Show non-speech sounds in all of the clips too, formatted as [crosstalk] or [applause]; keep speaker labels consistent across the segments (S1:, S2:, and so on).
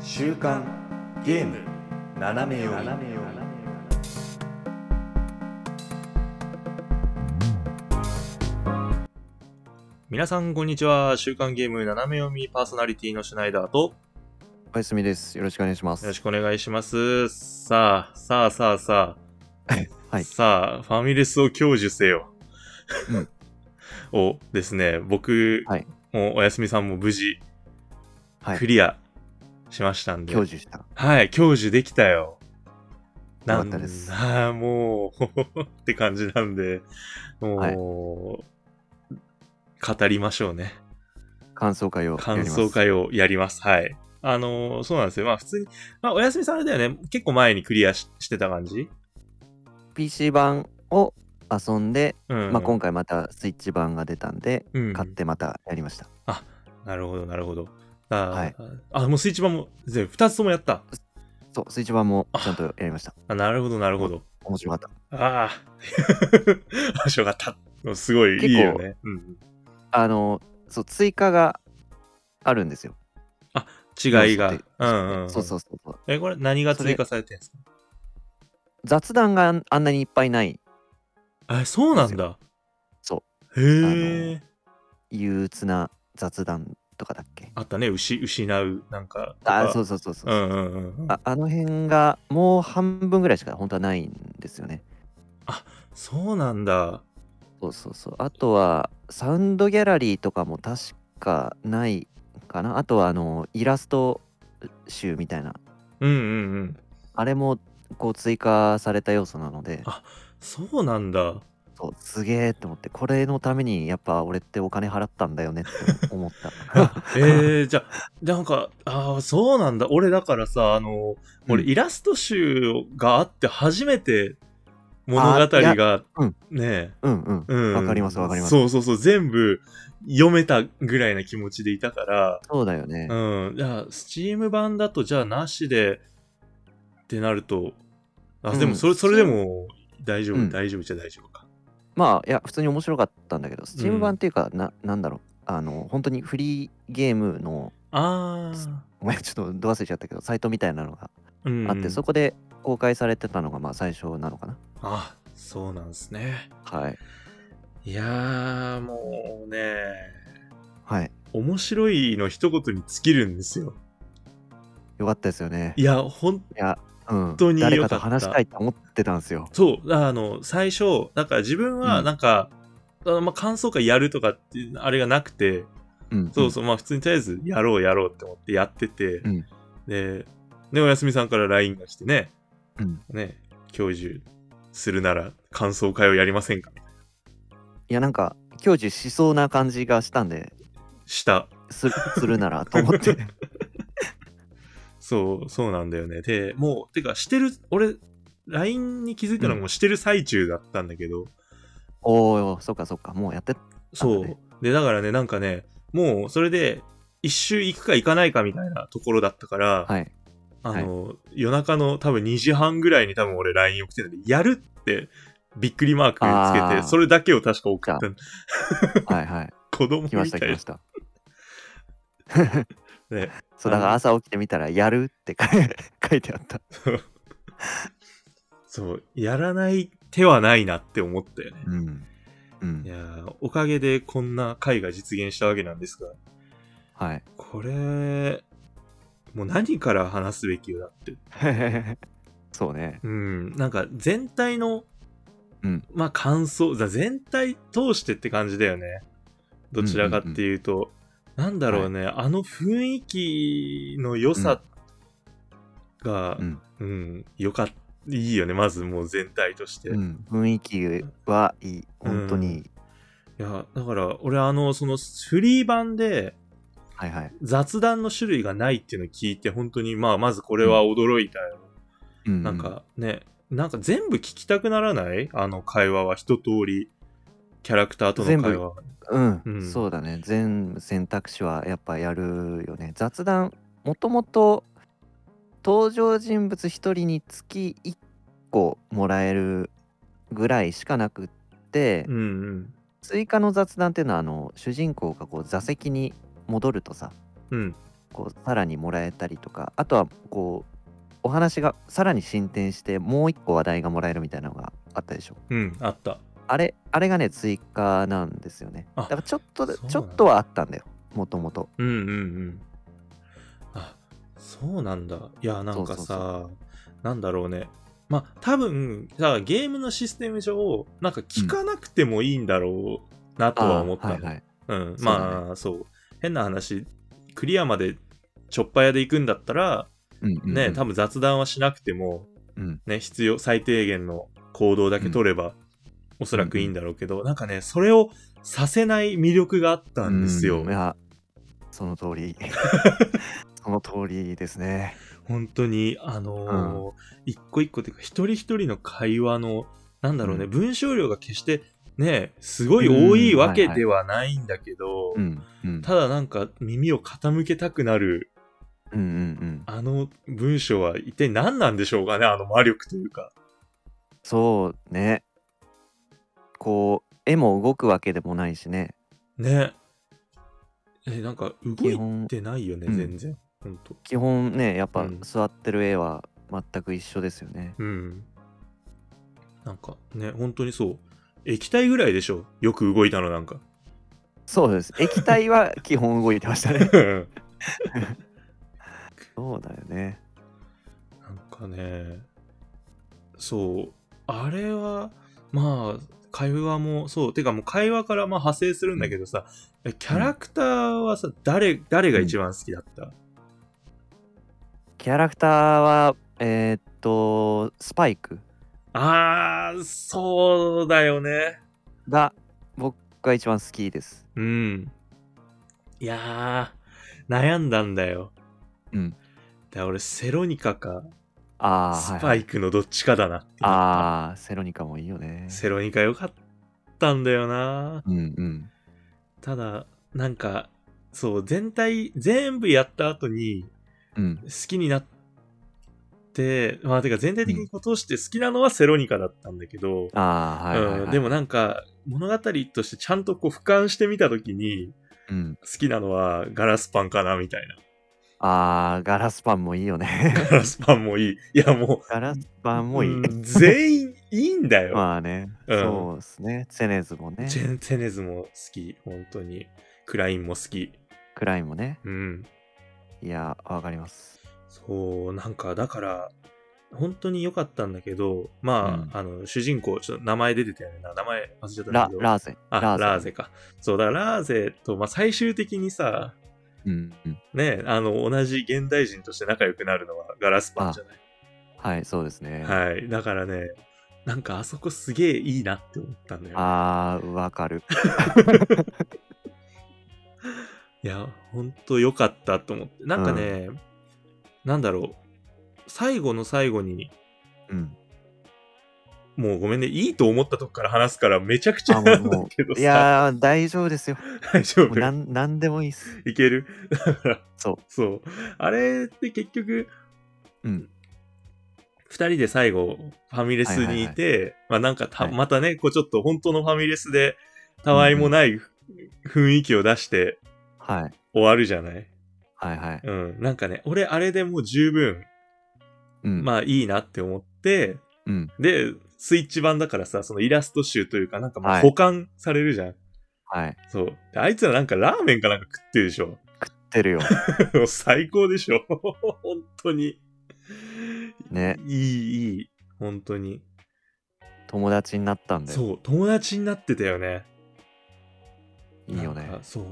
S1: 週刊ゲーム斜め読み
S2: 皆さん、こんにちは。週刊ゲーム斜め読みパーソナリティのシュナイダーと、
S3: おやすみです。よろしくお願いしま
S2: よろし
S3: す。
S2: くお願いします。さあ、さあさあさ
S1: [laughs]
S2: あ、
S3: はい
S2: さあ、ファミレスを享受せよ。
S3: うん
S2: [laughs] をですね、僕
S3: はい
S2: もおやすみさんも無事
S3: はい
S2: ク。リアしましたんで、
S3: 享受した。
S2: はい、享受できたよ。
S3: よかったです
S2: ああ、もう、 [laughs] って感じなんで、もう、語りましょうね。
S3: 感想会をやりま
S2: 感
S3: す。
S2: 想会をやります。はい。あのーそうなんですよ。まあ普通に、まあお休みさんあれだよね。結構前にクリアししてた感じ
S3: PC 版を遊んで、
S2: うん。
S3: まあ今回またスイッチ版が出たんで、
S2: うん
S3: 買ってまたやりました。
S2: なるほど、なるほど。あ,、
S3: はい
S2: あ、もうスイッチ版も全部2つともやった。
S3: そう、スイッチ版もちゃんとやりました。
S2: あなるほど、なるほど。
S3: 面白かった。
S2: [laughs] ああ。面白かった。もうすごいいいよね。うん、
S3: あの、そう、追加があるんですよ。
S2: 違いが。
S3: 要素って
S2: うんうん。
S3: そうそうそうそう。
S2: え、これ何が追加されてるんですか
S3: 雑談があんあんなにいっぱいない、
S2: あ、そうなんだ。。
S3: そう
S2: へえ。
S3: 憂鬱な雑談とかだっけ。
S2: あったね。失失う、なんか。。
S3: あ、そううそうそうそう。
S2: うんうんうんうん。
S3: ああの辺がもう半分ぐらいしか本当はないんですよね。
S2: そうなんだ。
S3: そうそうそう。あとは、サウンドギャラリーとかも確かないかな。あとは、あの、イラスト集みたいな。
S2: うんうんうん。
S3: あれも、こう、追加された要素なので
S2: あ、そうなん
S3: [laughs]
S2: だ。
S3: そうすげえって思って、これのために、やっぱ俺ってお金払ったんだよねって思 [laughs] った。
S2: えー、じゃあ、なんか、ああ、そうなんだ。俺、だからさ、あの、俺、
S3: うん
S2: イラスト集があって、初めて物
S3: あ
S2: 語
S3: ーいや
S2: が、
S3: うん
S2: ねえ、
S3: うんうん。
S2: うん。
S3: わかりますわかります
S2: そうそうそう、全部読めたぐらいな気持ちでいたから、
S3: そうだよね。
S2: うん。じゃあ、スチーム版だと、じゃあ、なしで、ってなると、あ、で
S3: う
S2: も、
S3: ん
S2: それ、それでも、大丈夫、
S3: うん
S2: 大丈夫じゃ大丈夫か。
S3: まあ、いや、普通に面白かったんだけど、スチーム版っていうか、な、なんだろう。あの、本当にフリーゲームの、
S2: ああ、
S3: ごめん、ちょっとど忘れちゃったけど、サイトみたいなのが
S2: うん。
S3: あって、そこで公開されてたのが、まあ、最初なのかな。
S2: あ、そうなんですね。
S3: はい。
S2: いやー、もうね、
S3: はい。
S2: 面白いの一言に尽きるんですよ。
S3: よかったですよね。
S2: いや、ほん
S3: 本
S2: 当に
S3: 誰
S2: 良かっ
S3: か
S2: た
S3: と話したいと思ってたんですよ。
S2: そう、あの、最初、なんか自分は、
S3: うん
S2: なんか、あのまあ、感想会やるとかっていう、あれがなくて、
S3: うん、
S2: そうそう、まあ、普通にとりあえず、やろうやろうって思ってやってて、
S3: うん
S2: で、で、おやすみさんから LINE が来てね、
S3: うん
S2: ね、教授するなら感想会をやりませんか
S3: いやなんか享受しそうな感じがしたんで
S2: した。 [laughs]
S3: すするならと思って
S2: そう、そうなんだよね。で、もう、てか、してる、俺、LINE に気づいたのはもうしてる最中だったんだけど、
S3: おおそっかそっかもうやって
S2: そう。
S3: あのね
S2: で、だからね、なんかね、もう、それで、一周行くか行かないかみたいなところだったから、 [laughs]
S3: はい
S2: あの、夜中の多分2時半ぐらいに多分俺 LINE 送ってたんで、やるって、びっくりマークつけ
S3: あー
S2: て、それだけを確か送った。
S3: はいはい
S2: 子供み
S3: 来
S2: た
S3: ま
S2: い
S3: した来ました
S2: なね。
S3: そうだから朝起きてみたら「やる」って書い [laughs] 書いてあった
S2: そう、やらない手はないなって思ったよね。
S3: うんう
S2: い
S3: ん
S2: やーおかげでこんな会が実現したわけなんですが、
S3: はい [laughs]
S2: これ、もう何から話すべきよだって。
S3: そうね
S2: うん、なんか全体の、
S3: うん
S2: まあ感想、ざ全体通してって感じだよね。どちらかっていうと、なんだろうね、あの雰囲気の良さが
S3: う、ん、
S2: うん、良かった。いいよね、まずもう全体として。
S3: う
S2: い
S3: ん、雰囲気はいい本当にいい、
S2: や、だから俺あの、そのフリー版で
S3: はいはい
S2: 雑談の種類がないっていうのを聞いて、本当に、まあまずこれは驚いたよ。
S3: うう
S2: なんかね、なんか全部聞きたくならないあの会話は一通り、キャラクターとの会話は。
S3: うん、
S2: うん
S3: そうだね全選択肢はやっぱやるよね雑談もともと登場人物1人につき1個もらえるぐらいしかなくって、
S2: うんうん。
S3: 追加の雑談っていうのはあの主人公がこう座席に戻るとさ
S2: うん。
S3: こうさらにもらえたりとかあとはこうお話がさらに進展してもう一個話題がもらえるみたいなのがあったでしょ
S2: うん、あった。
S3: あれあれがね追加なんですよね
S2: あ
S3: だからちょっと
S2: そうなんだ
S3: ちょっとはあったんだよもともと
S2: うんうんうん。あ、そうなんだ。いや、なんかさ、
S3: そうそう
S2: なんだろうね。まあ、多分さ、ゲームのシステム上、なんか聞かなくてもいいんだろうなとは思ったの。
S3: はいはい
S2: うん、
S3: そうだね
S2: まあそう,、変な話クリアまでちょっぱやで行くんだったら
S3: うんうんうん
S2: ね、多分雑談はしなくても、
S3: うん
S2: ね、必要最低限の行動だけ取れば、おそらくいいんだろうけど、なんかねそれをさせない魅力があったんですよ、
S3: うんいやその
S2: [laughs]
S3: 通りその通りですね
S2: 本当にあのー一個一個っていうか一人一人の会話のなんだろうね、
S3: うん
S2: 文章量が決してねすごい多いわけではないんだけど、
S3: うんうん
S2: ただなんか耳を傾けたくなる
S3: うんうんうん
S2: あの文章は一体何なんでしょうかねあの魔力というか。
S3: そうねこう絵も動くわけでもないしね
S2: ね。え、なんか動
S3: 基
S2: い
S3: 本
S2: てないよね、
S3: うん
S2: 全然。ほんと。
S3: 基本ねやっ
S2: う
S3: ぱ
S2: ん
S3: 座ってる絵は全く一緒ですよね、
S2: うん。なんかね、本当にそう。液体ぐらいでしょよく動いたの [laughs] なんか。
S3: そうです液体は基本動いて
S2: [laughs]
S3: ましたね
S2: な
S3: そうだよね
S2: んかね、そう。あれは、まあ、会話もそう。てかもう会話からまあ派生するんだけどさ、えキャラクターはさ、誰、誰が一番好きだった、
S3: キャラクターはえーっとスパイク
S2: あー、そうだよね。
S3: が僕が一番好きです
S2: うん。いやー、悩んだんだよ。
S3: うん
S2: だから俺、セロニカか、
S3: ああ
S2: スパイクのどっちかだなっていう
S3: ああ、セロニカもいいよね。
S2: セロニカ良かったんだよな。
S3: うんうん。
S2: ただ、なんか、そう、全体、全部やった後に、
S3: うん。
S2: 好きになって、まあ、てか全体的にこう通して好きなのはセロニカだったんだけど、
S3: ああ、はいはい、は
S2: う
S3: い。
S2: んでも、なんか、物語としてちゃんとこう俯瞰してみたときに、
S3: うん、
S2: 好きなのはガラスパンかなみたいな。
S3: ああ、ガラスパンもいい
S2: [laughs]
S3: よね。
S2: ガラスパンもいい。いやも
S3: ガラスパ
S2: う、
S3: ンもいい。
S2: うん全員いいんだよ。
S3: まあね、
S2: うん
S3: そうですね。セネズもね、
S2: チェンテネズも好き、本当に。クラインも好き。
S3: クラインもね。
S2: うん。
S3: いや、わかります。
S2: そう、なんかだから、本当に良かったんだけど、まあ、あの、主人公、ちょっと名前出てたよねな。名前忘れちゃったんだ
S3: ラ
S2: けど。
S3: ラーゼ。
S2: あ、ラー
S3: ラー
S2: ゼ
S3: ゼ
S2: か。そう、だからラーゼと、まあ最終的にさ、
S3: うん、うん。
S2: ね、あの、同じ現代人として仲良くなるのはガラスパンじゃない。
S3: はい、そうですね。い、
S2: はい。だからね、なんかあそこすげえいいなって思ったんだよね。
S3: ああ、
S2: [laughs]
S3: わかる。
S2: いや、ほんと良かったと思って。なんかね、なんだろう。最後の最後に、
S3: うん。
S2: もうごめんね、いいと思ったとこから話すからめちゃくちゃ
S3: あも
S2: な
S3: うん
S2: だけどさ、
S3: いやー、大丈夫ですよ。
S2: 大丈
S3: も
S2: 夫
S3: うなんなんでもいいっす。
S2: いけるだから、
S3: そう。
S2: そう。あれって結局、
S3: うん。
S2: 二人で最後、ファミレスにいて、まあなんかた、
S3: はい
S2: またね、こうちょっと本当のファミレスで、たわいもない雰囲気を出して
S3: はい。
S2: 終わるじゃない
S3: はいはい。
S2: うん。なんかね、俺あれでもう十分、
S3: うん。あ、
S2: まあいいなって思って、
S3: うん。
S2: で、スイッチ版だからさ、そのイラスト集というか、なんかもう
S3: はい
S2: 保管されるじゃん。
S3: はい。
S2: そう。であいつらなんかラーメンかなんか食ってるでしょ。 [laughs]
S3: 出るよ。
S2: もう最高でしょ。 [laughs] 本当に。
S3: ね。
S2: いい、いい。本当に。
S3: 友達になったんで。
S2: そう、友達になってたよね。
S3: いいよ
S2: なん
S3: ね
S2: か。そう。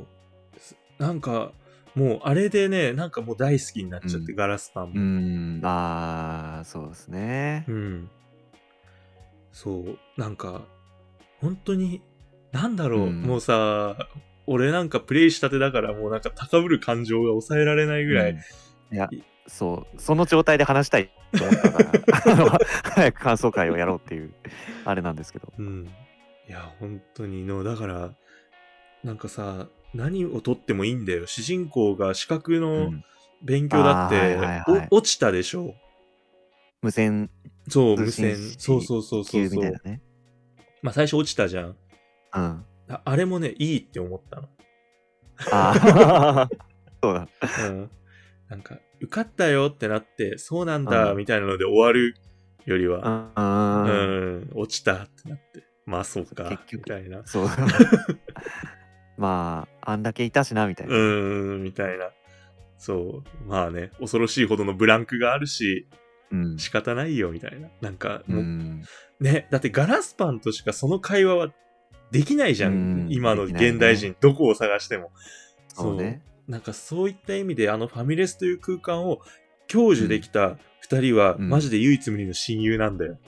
S2: すなんか、もうあれでね、なんかもう大好きになっちゃって、
S3: う
S2: ガラスパン
S3: う
S2: も。
S3: ん、ああ、そうですね
S2: う。ん。そう、なんか、本当に、なんだろう、
S3: うん
S2: もうさ、俺なんかプレイしたてだから、もうなんか高ぶる感情が抑えられないぐらい、
S3: うんいやそうその状態で話したいと思ったから [laughs] あの
S2: [laughs]
S3: 早く感想会をやろうっていうあれなんですけど
S2: うん。いや、本当にの、だから、なんかさ、何を取ってもいいんだよ。主人公が資格
S3: う
S2: の
S3: ん
S2: 勉強だって、
S3: あーはいはいはい
S2: お落ちたでしょ。
S3: 無線
S2: そう、無
S3: 通信
S2: 線。そうそうそうそう
S3: 級み
S2: そ
S3: たいうな。ね
S2: まあ、最初落ちたじゃん。
S3: うんあ
S2: ああれもね、いいって思ったの。 [laughs]
S3: あーそうだ
S2: うんなんか、受かったよってなって、そうなんだ、
S3: うん
S2: みたいなので終わるよりは、
S3: ああ
S2: う
S3: ー、
S2: ん、落ちたってなって、まあそうか
S3: 結、局
S2: みたいな。
S3: そう
S2: [laughs]
S3: まああんだけいたしなみたいうな、
S2: ーん、みたいな。そう、まあね、恐ろしいほどのブランクがあるし、
S3: うん
S2: 仕方ないよ、みたいな。なんか、
S3: う
S2: もうんね、だってガラスパンとしかその会話はできないじゃん、
S3: うん
S2: 今の
S3: できないね
S2: 現代人、どこを探しても。
S3: そうね
S2: なんかそういった意味であのファミレスという空間を享受できた2人は、
S3: うん
S2: マジで唯一無二の親友なんだよ。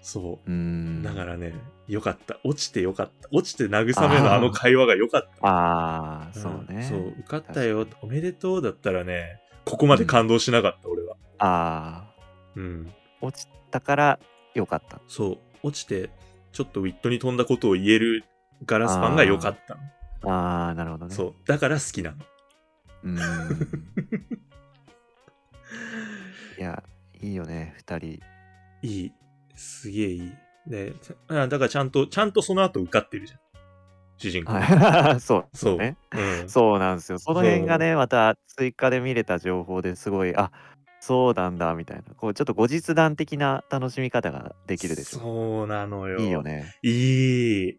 S2: そうう。
S3: ん
S2: だからね、よかった。落ちてよかった。落ちて慰めのあの会話がよかった。
S3: ああそうね、
S2: んそう、受かった
S3: 確
S2: よ、おめでとうだったらね、ここまで感動しなかった、俺は。
S3: ああ
S2: うん。
S3: 落ちたからよかった
S2: そう、落ちて、ちょっとウィットに飛んだことを言えるガラスパンがよかったの。
S3: ああなるほどね
S2: そう、だから好きなの。 [laughs]
S3: うんいやいいよね
S2: [laughs]
S3: 二人
S2: いい。すげえいい。で、あだからちゃんと、ちゃんとその後受かってるじゃん。主人公。
S3: はいそう
S2: そう。
S3: ね
S2: うん、
S3: そうなんですよその辺がねまた追加で見れた情報ですごいあそうなんだみたいなこうちょっと後日談的な楽しみ方ができるでしょ
S2: そうなのよ。
S3: いいよ。ね
S2: い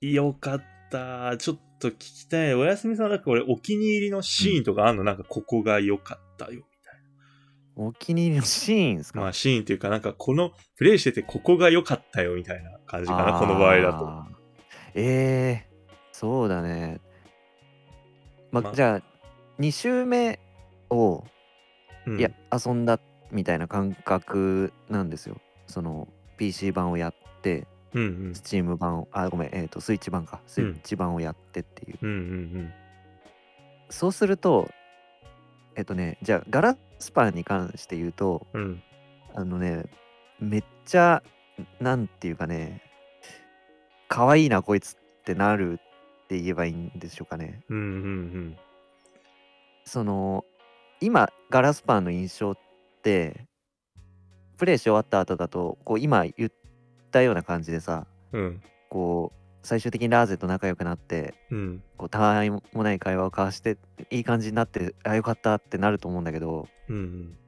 S2: い。よかった。ちょっと聞きたい。おやすみさん、なんか俺、お気に入りのシーンとかあんの、なんかここが良かったよ。みたい
S3: お気に入りのシーンですか、
S2: なまあシーンっていうか、なんかこのプレイしててここが良かったよみたいな感じかな、この場合だと。
S3: あーええそうだね。ま、
S2: ま
S3: じゃあ、2周目を、
S2: うん、
S3: いや、遊んだみたいな感覚なんですよ。その、PC 版をやって、
S2: うんうん。
S3: Steam 版を、あ、ごめん、えっ、と、スイッチ版か、スイッチ版をやってっていう。
S2: うんうん
S3: そうすると、えっとね、じゃあ、ガラスパンに関して言うと、
S2: うん。うん。
S3: あのね、めっちゃ、なんていうかね、可愛いな、こいつってなるって言えばいいんでしょうかね。
S2: うんうん
S3: その、今、ガラスパンの印象って、プレイし終わった後だと、こう、今言ったような感じでさ、
S2: うん。うん。
S3: こう、最終的にラーゼと仲良くなって、
S2: うん。
S3: こう、たわいもない会話を交わして、いい感じになって、あ、よかったってなると思うんだけど、
S2: うんうん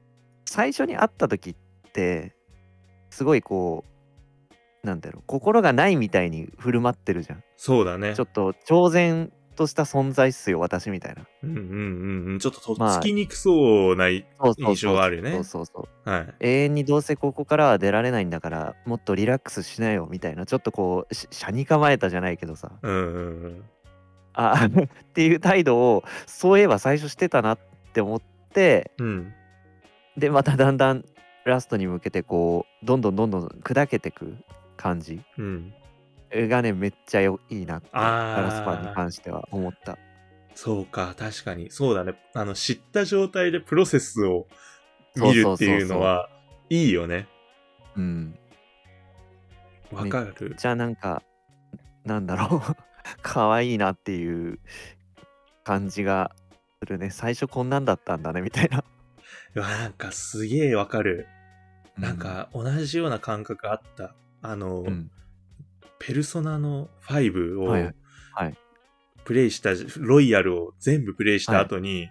S3: 最初に会った時ってすごいこうなんだろう心がないみたいに振る舞ってるじゃん
S2: そうだね。
S3: ちょっと超然とした存在っすよ私みたいな
S2: うんうんうんうん。ちょっとと
S3: まあ
S2: っつきにくそうな、い
S3: そうそうそう
S2: 印象があるよね
S3: そうそうそう
S2: はい。
S3: 永遠にどうせここからは出られないんだからもっとリラックスしなよみたいなちょっとこうし車に構えたじゃないけどさ
S2: うんうんうん。
S3: あ [laughs] っていう態度をそういえば最初してたなって思って
S2: うん。
S3: でまただんだんラストに向けてこうどんどんどんどん砕けてく感じ
S2: うん。
S3: がねめっちゃよいいなって
S2: あー
S3: ガラスパンに関しては思った
S2: そうか、確かに。そうだね。あの、知った状態でプロセスを見るっていうのは、いいよね。
S3: うん
S2: わかる。
S3: じゃあなんかなんだろう [laughs] 可愛いなっていう感じがするね最初こんなんだったんだねみたいな
S2: うわ、なんかすげえわかる。なんか、同じような感覚あった。あの、
S3: うん
S2: ペルソナの5を、
S3: はいはいはい
S2: プレイした、ロイヤルを全部プレイした後に、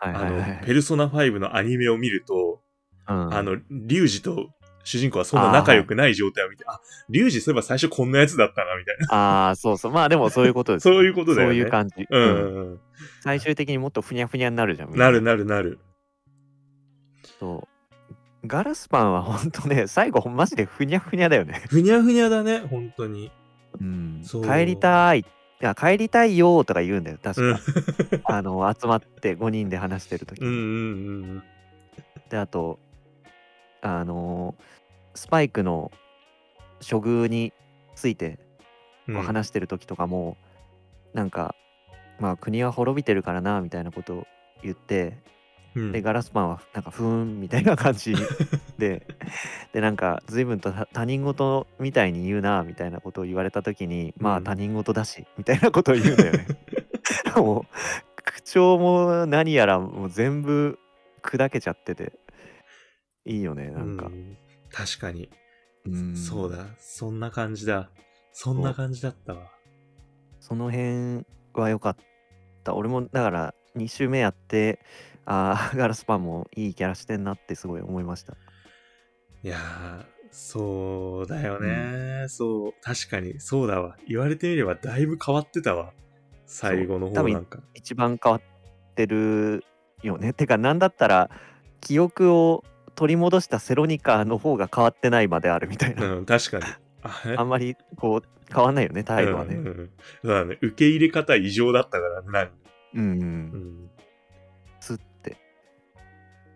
S3: はい
S2: あ
S3: はい
S2: の、
S3: はいはい
S2: ペルソナ5のアニメを見ると、
S3: うん
S2: あの、リュウジと主人公はそんな仲良くない状態を見て、あ、リュウジそういえば最初こんなやつだったな、みたいな。
S3: あーそうそうまあでもそういうことです
S2: そういうことだよ
S3: そう
S2: ね。
S3: いう感じ、
S2: うん
S3: うん
S2: うん
S3: 最終的にもっとふにゃふにゃになるじゃん
S2: うん。なるなるなる。
S3: そうガラスパンはほんとね最後マジでふにゃふにゃだよね
S2: ふにゃふにゃだね、本当に。
S3: うん
S2: そう
S3: 帰りたいいや帰りたいよーとか言うんだよ確か、
S2: うん。
S3: あの集まって5人で話してる時、
S2: うんうんうん。
S3: であとあのースパイクの処遇について
S2: う
S3: こ
S2: ん
S3: う話してる時とかも、なんかまあ国は滅びてるからなみたいなことを言って、
S2: うん
S3: でガラスパンはなんかふーんみたいな感じででなんか随分と他他人事みたいに言うなみたいなことを言われた時に、ま
S2: う
S3: あ
S2: ん
S3: 他人事だしみたいなことを言うんだよ
S2: [laughs]
S3: ね。もう口調も何やらもう全部砕けちゃってていいよねなんか
S2: う、ん確かに、
S3: うん
S2: そうだ。そんな感じだ。そんな感じだったわ。
S3: その辺は良かった俺もだから2周目やってああ、ガラスパンもいいキャラしてんなってすごい思いました。
S2: いやー、そうだよね、そう、確かに、そうだわ。言われてみれば、だいぶ変わってたわ。最後の
S3: 多
S2: 方
S3: 分
S2: なんか。
S3: 一番変わってるよね。てか、なんだったら、記憶を取り戻したセロニカの方が変わってないまであるみたいな。
S2: うん、確かに。あれ
S3: [laughs] あんまりこう、変わんないよね、態度は
S2: うん
S3: ね。
S2: うんうんそうだね。受け入れ方異常だったからね、なんか
S3: うん、う。
S2: うんん
S3: すって。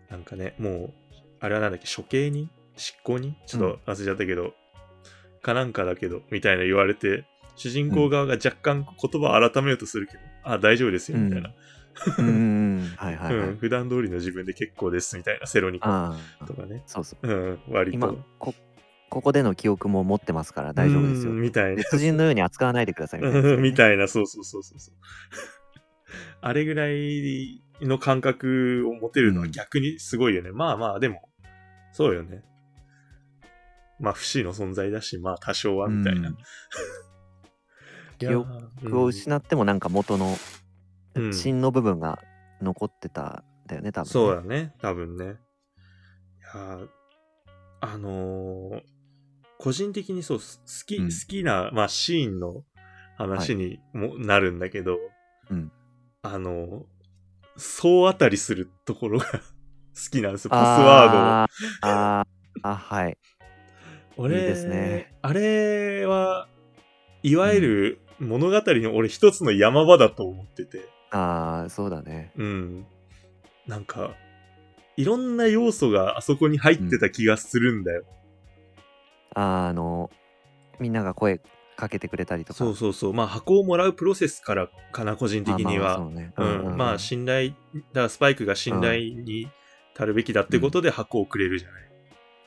S2: なんかね、もう、あれはなんだっけ、処刑に執行にちょっと忘れちゃったけど、かなんかだけど、みたいな言われて、主人公側が若干言葉を改めようとするけど、あ、大丈夫ですよ、みたいな。
S3: うんうんうん。はいはいはい。
S2: うん、普段通りの自分で結構です、みたいな、セロニカ
S3: ああ
S2: と、かね。
S3: そうそう。
S2: うん、割と。
S3: 今こ、ここでの記憶も持ってますから大丈夫ですよ
S2: うん。みたいな。
S3: 別人のように扱わないでくださいみたいな
S2: う
S3: や
S2: ん [laughs]
S3: つ
S2: みたいな、そうそうそうそう [laughs] そう。あれぐらいの感覚を持てるのは逆にすごいよね。まあまあ、でも、そうよね。まあ、不死の存在だし、まあ、多少は、みたいな。
S3: うん
S2: いや
S3: 記記憶を失ってもなんか元の
S2: うん
S3: 芯の部分が残ってたんだよね、多分ね。
S2: そうだね、多分ね。いやーあのー個人的にそう、す好き、
S3: うん
S2: 好きな、まあ、シーンの話にも、なるんだけど、
S3: うん
S2: あのー総当たりするところが [laughs] 好きなんですよ、 [laughs] パスワー
S3: ードあーあ、はい。
S2: ドを。俺
S3: いいですね
S2: あれは、いわゆる物語の俺一つの山場だと思ってて、
S3: ああ、そうだね。
S2: うん。なんか、いろんな要素があそこに入ってた気がするんだよ。
S3: あーあの、みんなが声かけてくれたりとか。
S2: そうそうそうまあ箱をもらうプロセスからかな個人的に
S3: まあまあ
S2: は
S3: そうね
S2: うんまあ信頼だからスパイクが信頼に足るべきだってことで箱をくれるじゃない、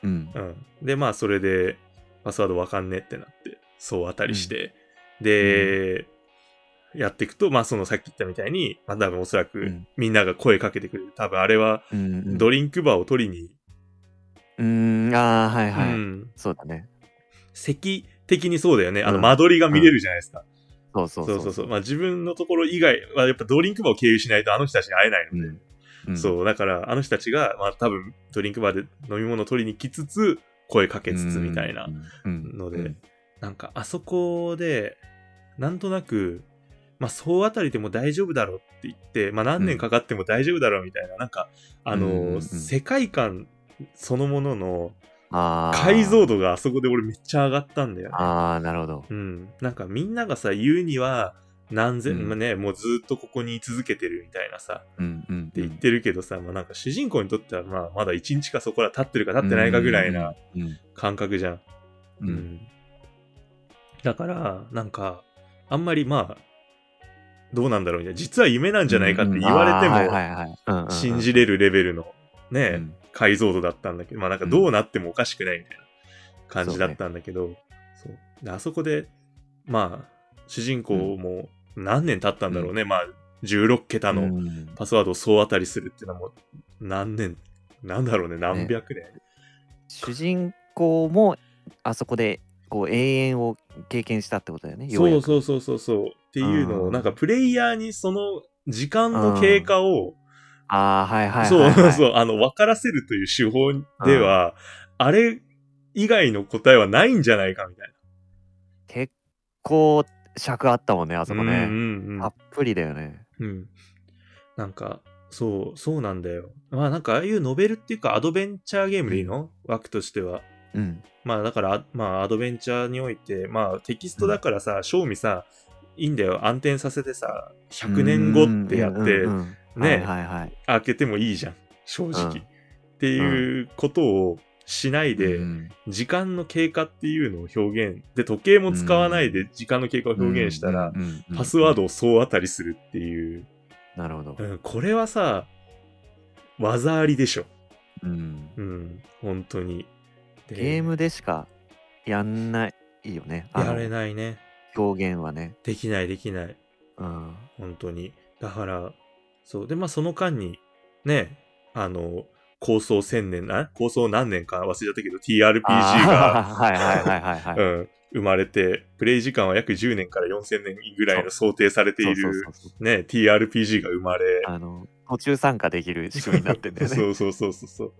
S3: うん
S2: うんでまあそれでパスワードわかんねえってなってそう当たりして、で、やっていくとまあそのさっき言ったみたいにまあ多分おそら
S3: う
S2: く
S3: ん
S2: みんなが声かけてくれる多分あれは
S3: うん
S2: ドリンクバーを取りに、
S3: うんうんああはいはい、
S2: うん
S3: そうだね
S2: 席的にそうだよねあの
S3: うん
S2: 間取りが見れるじゃないですか、
S3: そうそう
S2: そ
S3: そうう
S2: そうそう。まあ自分のところ以外はやっぱドリンクバーを経由しないとあの人たちに会えないので。
S3: んうん
S2: そう、だからあの人たちが、まあ多分ドリンクバーで飲み物を取りに来つつ、声かけつつみたいな。
S3: うん
S2: のでなんかあそこで、なんとなく、まあそうあたりでも大丈夫だろうって言って、まあ何年かかっても大丈夫だろうみたいな、なんか、あのー
S3: うんうんうん
S2: 世界観そのものの
S3: あー
S2: 解像度があそこで俺めっちゃ上がったんだよね。
S3: ああなるほど
S2: うん、なんかみんながさ言うには何千、
S3: うん
S2: まあねもうずっとここに居続けてるみたいなさ
S3: うんうんっ
S2: って言ってるけどさ、まあ、なんか主人公にとっては、まあ、まだ1日かそこら立ってるか立ってないかぐらいな
S3: うん
S2: 感覚じゃん、
S3: うんうん
S2: んだからなんかあんまりまあどうなんだろうみたいな実は夢なんじゃないかって言われ
S3: あーは
S2: ても
S3: いはいはいうんうんうん
S2: 信じれるレベルのね、
S3: うん
S2: 解像度だったんだけど、まあなんかどうなってもおかしくないみたいな感じだったんだけど、そうであそこで、まあ、主人公も何年経ったんだろうね、まあ、16桁
S3: う
S2: の
S3: ん
S2: パスワードを総当たりするっていうのはもう何年、なんだろうね、何百年。
S3: 主人公もあそこでこう永遠を経験したってことだよね
S2: そう
S3: う
S2: そうそうそうそう。っていうの
S3: う
S2: を、
S3: ん
S2: なんかプレイヤーにその時間の経過を、
S3: ああはいはいはい
S2: そ
S3: は
S2: う
S3: い
S2: そう [laughs] そう、あの、分からせるという手法では、あれ以外の答えはないんじゃないかみたいな。
S3: 結構尺あったもんねあそこ
S2: うん
S3: ね
S2: うんうん
S3: たっぷりだよね
S2: うん。なんか、そう、そうなんだよ。まあなんかああいうノベルっていうかアドベンチャーゲームでいいの枠としては。
S3: うん
S2: まあだから、あまあアドベンチャーにおいて、まあテキストだからさ、正味さ、いいんだよ。暗転させてさ、100年後ってやって
S3: うんう、んうん
S2: ね
S3: はいはいはい
S2: 開けてもいいじゃん。正直。
S3: うん
S2: っていうことをしないで、
S3: うん
S2: 時間の経過っていうのを表現、で、時計も使わないで時間の経過を表現したら、
S3: うんうんうん
S2: パスワードを総当たりするっていう。
S3: なるほど
S2: うん、これはさ、技ありでしょ。
S3: うん
S2: うん、本当に。で
S3: ゲームでしかやんないよねあ
S2: や
S3: の
S2: れないね。
S3: 表現はね
S2: できない、できない。
S3: うん
S2: 本当に。だから、そう。で、まあ、その間に、ね、あの、構想千年、あ構想何年か忘れちゃったけど、TRPG が、
S3: あーはいはいはいはいはい
S2: うん、生まれて、プレイ時間は約10年から4000年ぐらいの想定されてい
S3: そうそう
S2: る、
S3: そうそう
S2: ね、TRPG が生まれ、
S3: あの途中参加できる仕組みになってんだよね。
S2: そうそうそうそうそう。っ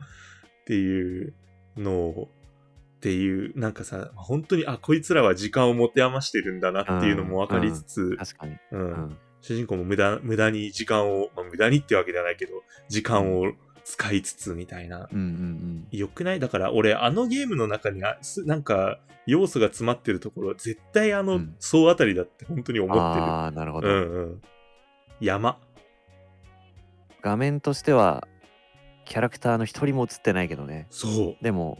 S2: ていうのを、っていう、なんかさ、本当に、あ、こいつらは時間を持て余してるんだなっていうのも分かりつつ、
S3: 確かに。
S2: う
S3: うんん。
S2: 主人公も無駄無駄に時間を、まあ、無駄にってわけではないけど、時間を使いつつみたいな。
S3: うんうん
S2: よくないだから俺、あのゲームの中にあすなんか要素が詰まってるところ、絶対あ
S3: う
S2: の
S3: ん
S2: 総あたりだって本当に
S3: うん。
S2: 思ってる。
S3: ああ、なるほ
S2: う
S3: ど、
S2: んうん。山。
S3: 画面としては、キャラクターの一人も映ってないけどね。
S2: そ
S3: でも、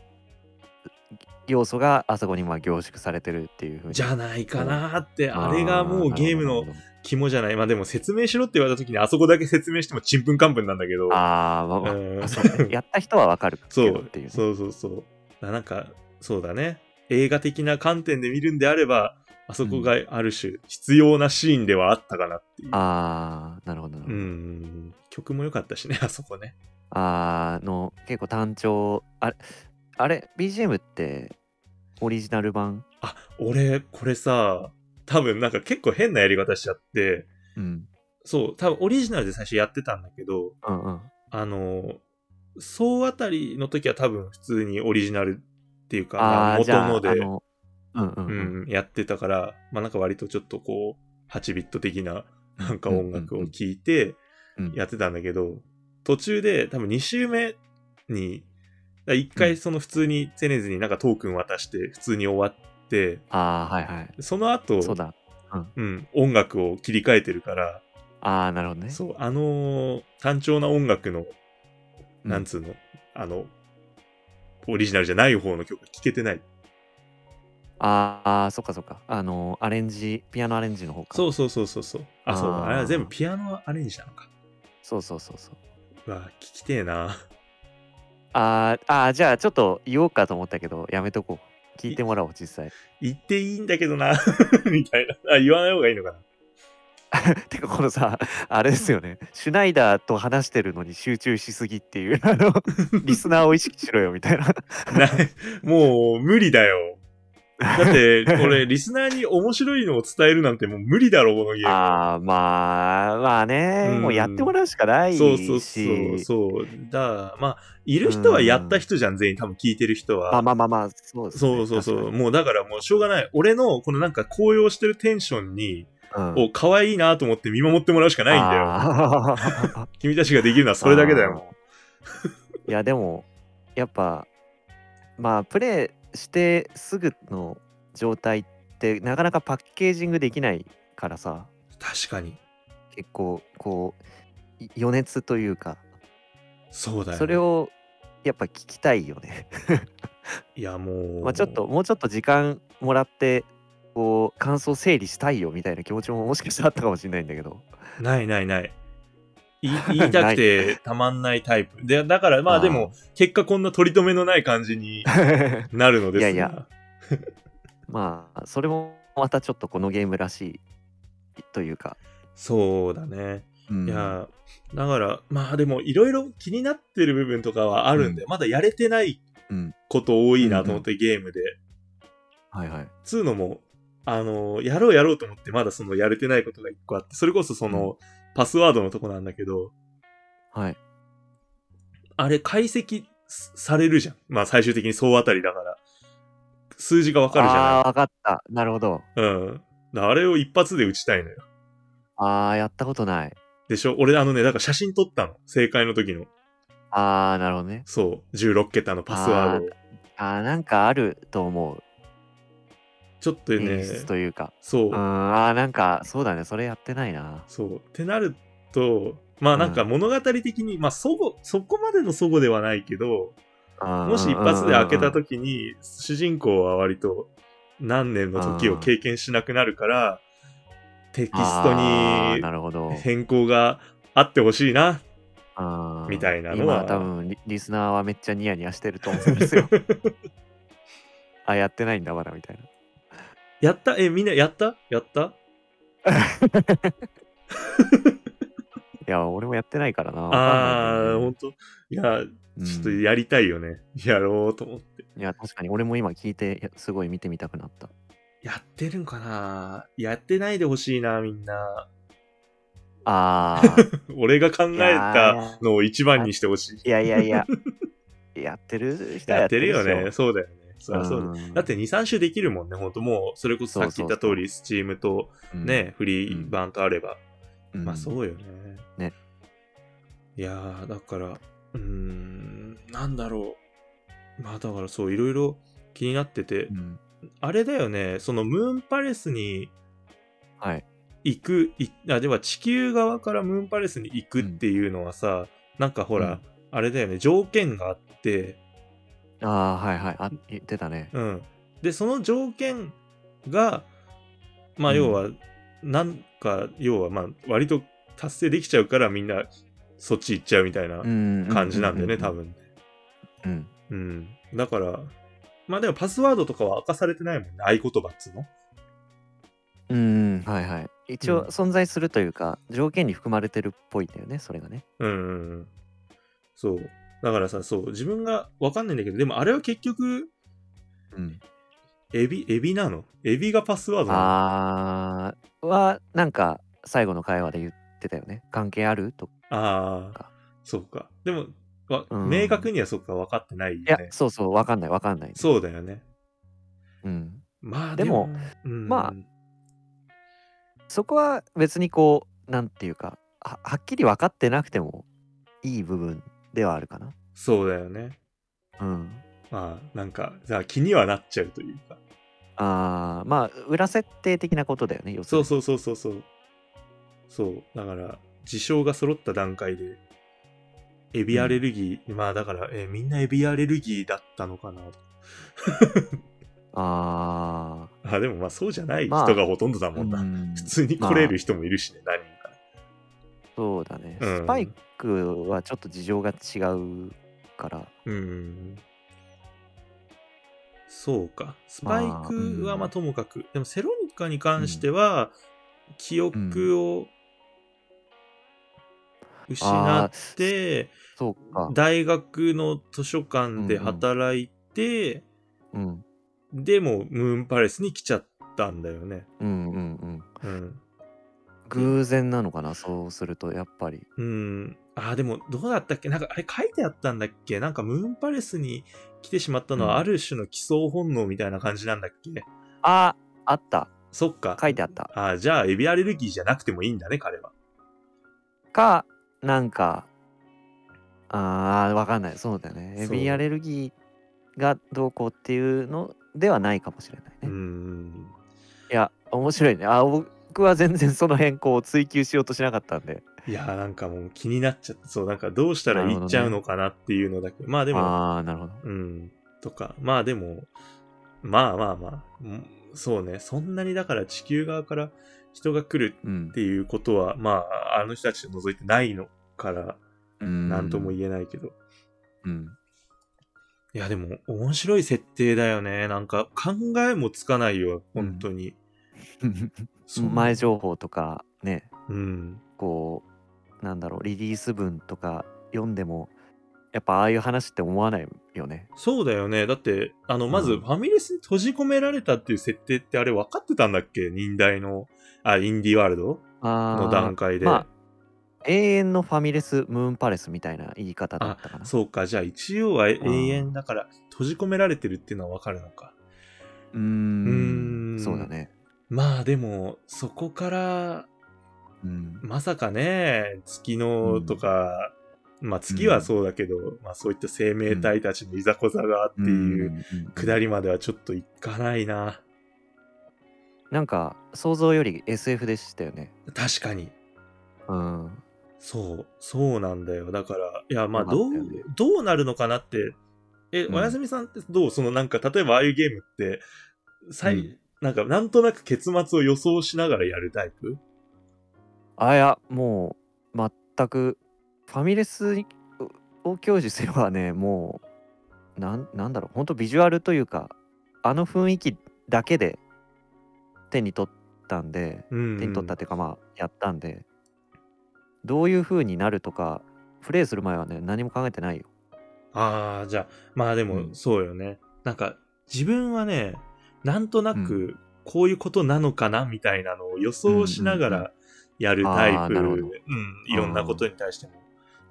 S3: 要素があそこにまあ凝縮されてるっていうふう
S2: う。
S3: に。
S2: じゃないかなーって、あれがもうゲームの
S3: あなるほど
S2: 肝じゃない。まあでも説明しろって言われた時にあそこだけ説明してもちんぷんかんぷんなんだけど。
S3: あー、まあ
S2: う
S3: まあ
S2: ん
S3: あそう
S2: [laughs]
S3: ねやった人はわかる
S2: そ
S3: けどっ
S2: う
S3: ていうね、
S2: そうそうそう。だなんか、そうだね。映画的な観点で見るんであれば、あそこがある種必要なシーンではあったかなっていう。
S3: ああなるほどなる
S2: う
S3: ほど、
S2: ん。曲も良かったしね、あそこね。
S3: あーの結構単調あれあれ BGM ってオリジナル版
S2: あ、俺、これさ、多分なんか結構変なやり方しちゃって、
S3: うん
S2: そう、多分オリジナルで最初やってたんだけど、
S3: うんうん
S2: あの、総あたりの時は多分普通にオリジナルっていうか、
S3: あーじ
S2: 元
S3: ゃあ
S2: ので
S3: あのうんうんうん、
S2: うん、やってたから、まあなんか割とちょっとこう、8ビット的ななんか音楽を聴いて
S3: うん
S2: やってたんだけど、途中で多分2周目に、1回その普通にセネズになんかトークン渡して普通に終わって、
S3: ああはいはい
S2: その後、
S3: そうだ
S2: うん、音楽を切り替えてるから、
S3: ああなるほどね
S2: そう、あのー単調な音楽の、
S3: うん
S2: なんつうの、あの、オリジナルじゃない方の曲が聴けてない。
S3: あーあーそっかそっかあのアレンジピアノアレンジの方か
S2: そううそうそうそうそう。あ、そう
S3: あー
S2: だ。あれは全部ピアノアレンジなのか。
S3: そうそうそうそう
S2: うわ、聞きてえな。
S3: あーあーじゃあちょっと言おうかと思ったけどやめとこう聞いてもらおう実
S2: [laughs]
S3: 際
S2: 言っていいんだけどな、 [laughs] みたいな。あ、言わない方がいいのかな。
S3: てかこのさあれですよねシュナイダーと話してるのに集中しすぎって
S2: [laughs]
S3: いうあのリスナーを意識しろよみたいな
S2: なもう無理だよ。だって、こ [laughs] れ、リスナーに面白いのを伝えるなんてもう無理だろ、このゲーム。
S3: ああまあまあね、
S2: うん
S3: もうやってもらうしかないし
S2: そうそうそう、そう。だ、まあ、いる人はやった人じゃん、全員、多分聞いてる人は。
S3: まあまあまあまあそうですね
S2: そうそうそう。
S3: 確
S2: もうだからもうしょうがない。俺のこのなんか高揚してるテンションに、
S3: かにうん
S2: を可愛いなと思って見守ってもらうしかないんだよ。
S3: よ
S2: 君たちができるのはそれだけだよ。
S3: [laughs] いやでもやっぱまあプレイしてすぐの状態ってなかなかパッケージングできないからさ
S2: 確かに。
S3: 結構こうい余熱というか
S2: そうだよ。
S3: それ。をやっぱ聞きたいよ
S2: [laughs]
S3: ね。
S2: いやもう。
S3: まあちょっと。もうちょっと時間もらってこう感想整理したいよみたいな気持ちももしかしたらあったかもしれないんだ
S2: [laughs]
S3: けど。
S2: ないないない。
S3: [laughs]
S2: い言いたくてたまんないタイプ。で、だからまあでも、結果こんな取り留めのない感じに
S3: あー
S2: なるのですが。
S3: いやいやまあそれもまたちょっとこのゲームらしいというか。
S2: そうだね。
S3: うん
S2: いや、だからまあでもいろいろ気になってる部分とかはあるんで、まだやれてない
S3: うん
S2: こと多いなと思って、ゲームで。
S3: はいはい。
S2: つうのも、あのやろうやろうと思って、まだそのやれてないことが一個あって、それこそその、パスワードのとこなんだけど、
S3: はい。
S2: あれ解析すされるじゃん。まあ最終的に総当たりだから。数字がわかるじゃ
S3: ああー、わかった。なるほど。
S2: ない。うん。だからあれを一発で打ちたいのよ。
S3: ああ、やったことない。
S2: でしょ俺、あのね、だから写真撮ったの。正解の時の。
S3: ああ、なるほどね。
S2: そう。16桁のパスワードを。
S3: ああ、なんかあると思う。
S2: ちょっと
S3: 演
S2: ね、
S3: 出というか。
S2: そう
S3: う。ん、ああ、なんかそうだね。それやってないな。
S2: そう。ってなると、まあなんか物語的に、まあそご、そこまでのそごではないけど、も
S3: も
S2: し一発で開けた時に、主人公は割と何年の時を経験しなくなるから、テキスト
S3: あー
S2: に
S3: なるほ
S2: [laughs]
S3: ど。
S2: 変更があってほしいな。
S3: あー
S2: みたいなのは
S3: 今多分リリスナーはめっちゃニヤニヤしてると思う
S2: [laughs]
S3: んですよ。あ、やってないんだまだみたいな。
S2: やったえ、みんなやったやった
S3: いや、俺もやってないからな。わかん
S2: あ
S3: ない
S2: ー、
S3: ん
S2: ほ
S3: だよ
S2: ん
S3: ね
S2: と。いや、
S3: うん
S2: ちょっとやりたいよね。やろうと思って。
S3: いや、確かに俺も今聞いて、いやすごい見てみたくなった。
S2: やってるんかなやってないでほしいな、みんな。[laughs]
S3: ああ
S2: 俺が考え
S3: い
S2: た
S3: や
S2: のを一番にしてほしい。
S3: ーいやいや
S2: [laughs]
S3: いややってる人は
S2: や
S3: や
S2: っ
S3: ってて
S2: る
S3: る
S2: よ
S3: でしょ
S2: ね。そうだよね。そりゃそうだ
S3: うん
S2: だって2、3種できるもんね、ほんと。もう、それこそさっき言った通り、スチームとね、、フリー版とあれば。
S3: うん
S2: まあ
S3: うん
S2: そうよね。
S3: ね。
S2: いやー、だから、うーん、なんだろう。まあだからそう、いろいろ気になってて、
S3: うん
S2: あれだよね、そのムーンパレスに
S3: はい
S2: 行く、いあ、では地球側からムーンパレスに行くっていうのはさ、なんかほら、
S3: うん
S2: あれだよね、条件があって、
S3: ああはいはいあ言ってたね
S2: うん。で、その条件が、まあ
S3: うん
S2: 要は、なんか、要はまあ割と達成できちゃうからみんなそっち行っちゃうみたいな感
S3: 感
S2: じなんだよね、多分。
S3: うん
S2: うん。だから、まあでもパスワードとかは明かされてないもんね、合言葉っつうの。
S3: うんはいはい一
S2: うん
S3: 応存在するというか条件に含まれてるっぽいんだよねそれがね
S2: うんうんうん。そう。だからさ、そう、自分がわかんないんだけど、でもあれは結局、
S3: うん
S2: エビ、エビなのエビがパスワードな
S3: あーはなんか最後の会話で言ってたよね関係あると
S2: のああー、そうか。でも、わ
S3: うん
S2: 明確にはそっか分かってないよ
S3: いや
S2: ね。
S3: そうそうわかんないわかんない
S2: そうだよね。
S3: うん
S2: まあ
S3: でも、
S2: うん
S3: まそこは別にこうなんていうかははっきり分かってなくてもいい部分ではあるかな
S2: そうだよね。
S3: うん
S2: まあ、なんか、さ気にはなっちゃうというか。
S3: あーまあ裏設定的なことだよね要す
S2: そ
S3: る
S2: う
S3: に
S2: そうそうそうそう。そう。だから、事象が揃った段階で、エビアレルギー、まあだから、えーみんなエビアレルギーだったのかなと。
S3: あ
S2: あ、でもまあそうじゃない人
S3: まあ
S2: がほとんどだ
S3: あ
S2: もんな。
S3: うん
S2: 普通に来れる人もいるしね、何人か。
S3: そうだね、
S2: うん
S3: スパイクはちょっと事情が違うから
S2: うん。そうか。スパイクはまあともかく、でもセロニカに関しては、記憶を失って、
S3: そうか
S2: 大学の図書館で働いて、
S3: うん
S2: でもムーンパレスに来ちゃったんだよね。
S3: うんうん
S2: う
S3: うん
S2: ん。
S3: 偶然なのかなそうするとやっぱり
S2: うん、あーでもどうだったっけなんかあれ書いてあったんだっけなんかムーンパレスに来てしまったの
S3: う
S2: は
S3: ん
S2: ある種の奇想本能みたいな感じなんだっけ、
S3: ああった
S2: そっか。
S3: 書いてあった
S2: あーじゃあエビアレルギーじゃなくてもいいんだね、彼は。
S3: かなんかあーわかんないそうだよねエ
S2: そう
S3: ビアレルギーがどうこうっていうのではないかもしれないね、
S2: うー
S3: い
S2: ん。
S3: や面白いねあ僕は全然その変更を追求しようとしなかったんで
S2: いやーなんかもう気になっちゃって、そう、なんかどうしたら
S3: なる
S2: 行
S3: ほどね
S2: っちゃうのかなっていうのだけ。まあでも、
S3: ああなるほど
S2: うん。とか、まあでも、まあまあまあ、うんそうね、そんなにだから地球側から人が来る
S3: うん
S2: っていうことは、まあ、あの人たちを除いてないのから、なんとも
S3: い
S2: 言えないけど。
S3: うん
S2: いや、でも、面白い設定だよね。なんか、考えもつかないよ、本当に。 [laughs] そう
S3: 前情報とかね
S2: うん。
S3: こうなんだろうリリース文とか読んでもやっぱああいう話って思わないよね
S2: そうだよね。だって、あの、まず、
S3: うん
S2: ファミレスに閉じ込められたっていう設定って、あれ分かってたんだっけ忍耐の、あ、インディワールド
S3: あ
S2: の段階で。
S3: まあ永遠のファミレスムーンパレスみたいな言い方だったかな
S2: そうか、じゃあ一応は永遠だから閉じ込められてるっていうのはわかるのか。
S3: うーん
S2: うーん
S3: そうだね
S2: まあでも、そこから、
S3: うん
S2: まさかね、月のとか、まあ月はそうだけど、まあそういった生命体たちのいざこざがっていうくだ
S3: り
S2: りまではちょっといかないな。
S3: なんか想像より SF でしたよね
S2: 確かに。
S3: うん
S2: そう、そうなんだよ。だから、いや、まあ、
S3: そ
S2: ど
S3: うな
S2: う、
S3: んだよね
S2: どうなるのかなって、え、
S3: うん
S2: おやすみさんってどうそのなんか、例えばああいうゲームって、さい
S3: うん
S2: なんか、なんとなく結末を予想しながらやるタイプ
S3: あいやもう全くファミレスにを享受すればねもうなんなんだろう本当ビジュアルというかあの雰囲気だけで手に取ったんで、
S2: うん。
S3: 手に取ったっていうかまあやったんでどういう風になるとかプレイする前はね何も考えてないよ
S2: ああ、じゃあ、まあでも、
S3: うん
S2: そうよね。なんか、自分はね、なんとなく、こういうことなのかなみたいなのを予想しなが
S3: うんうん
S2: らやるタイ
S3: あー
S2: プ、
S3: な
S2: う
S3: るほ
S2: ん
S3: ど、
S2: いろんなことに対しても。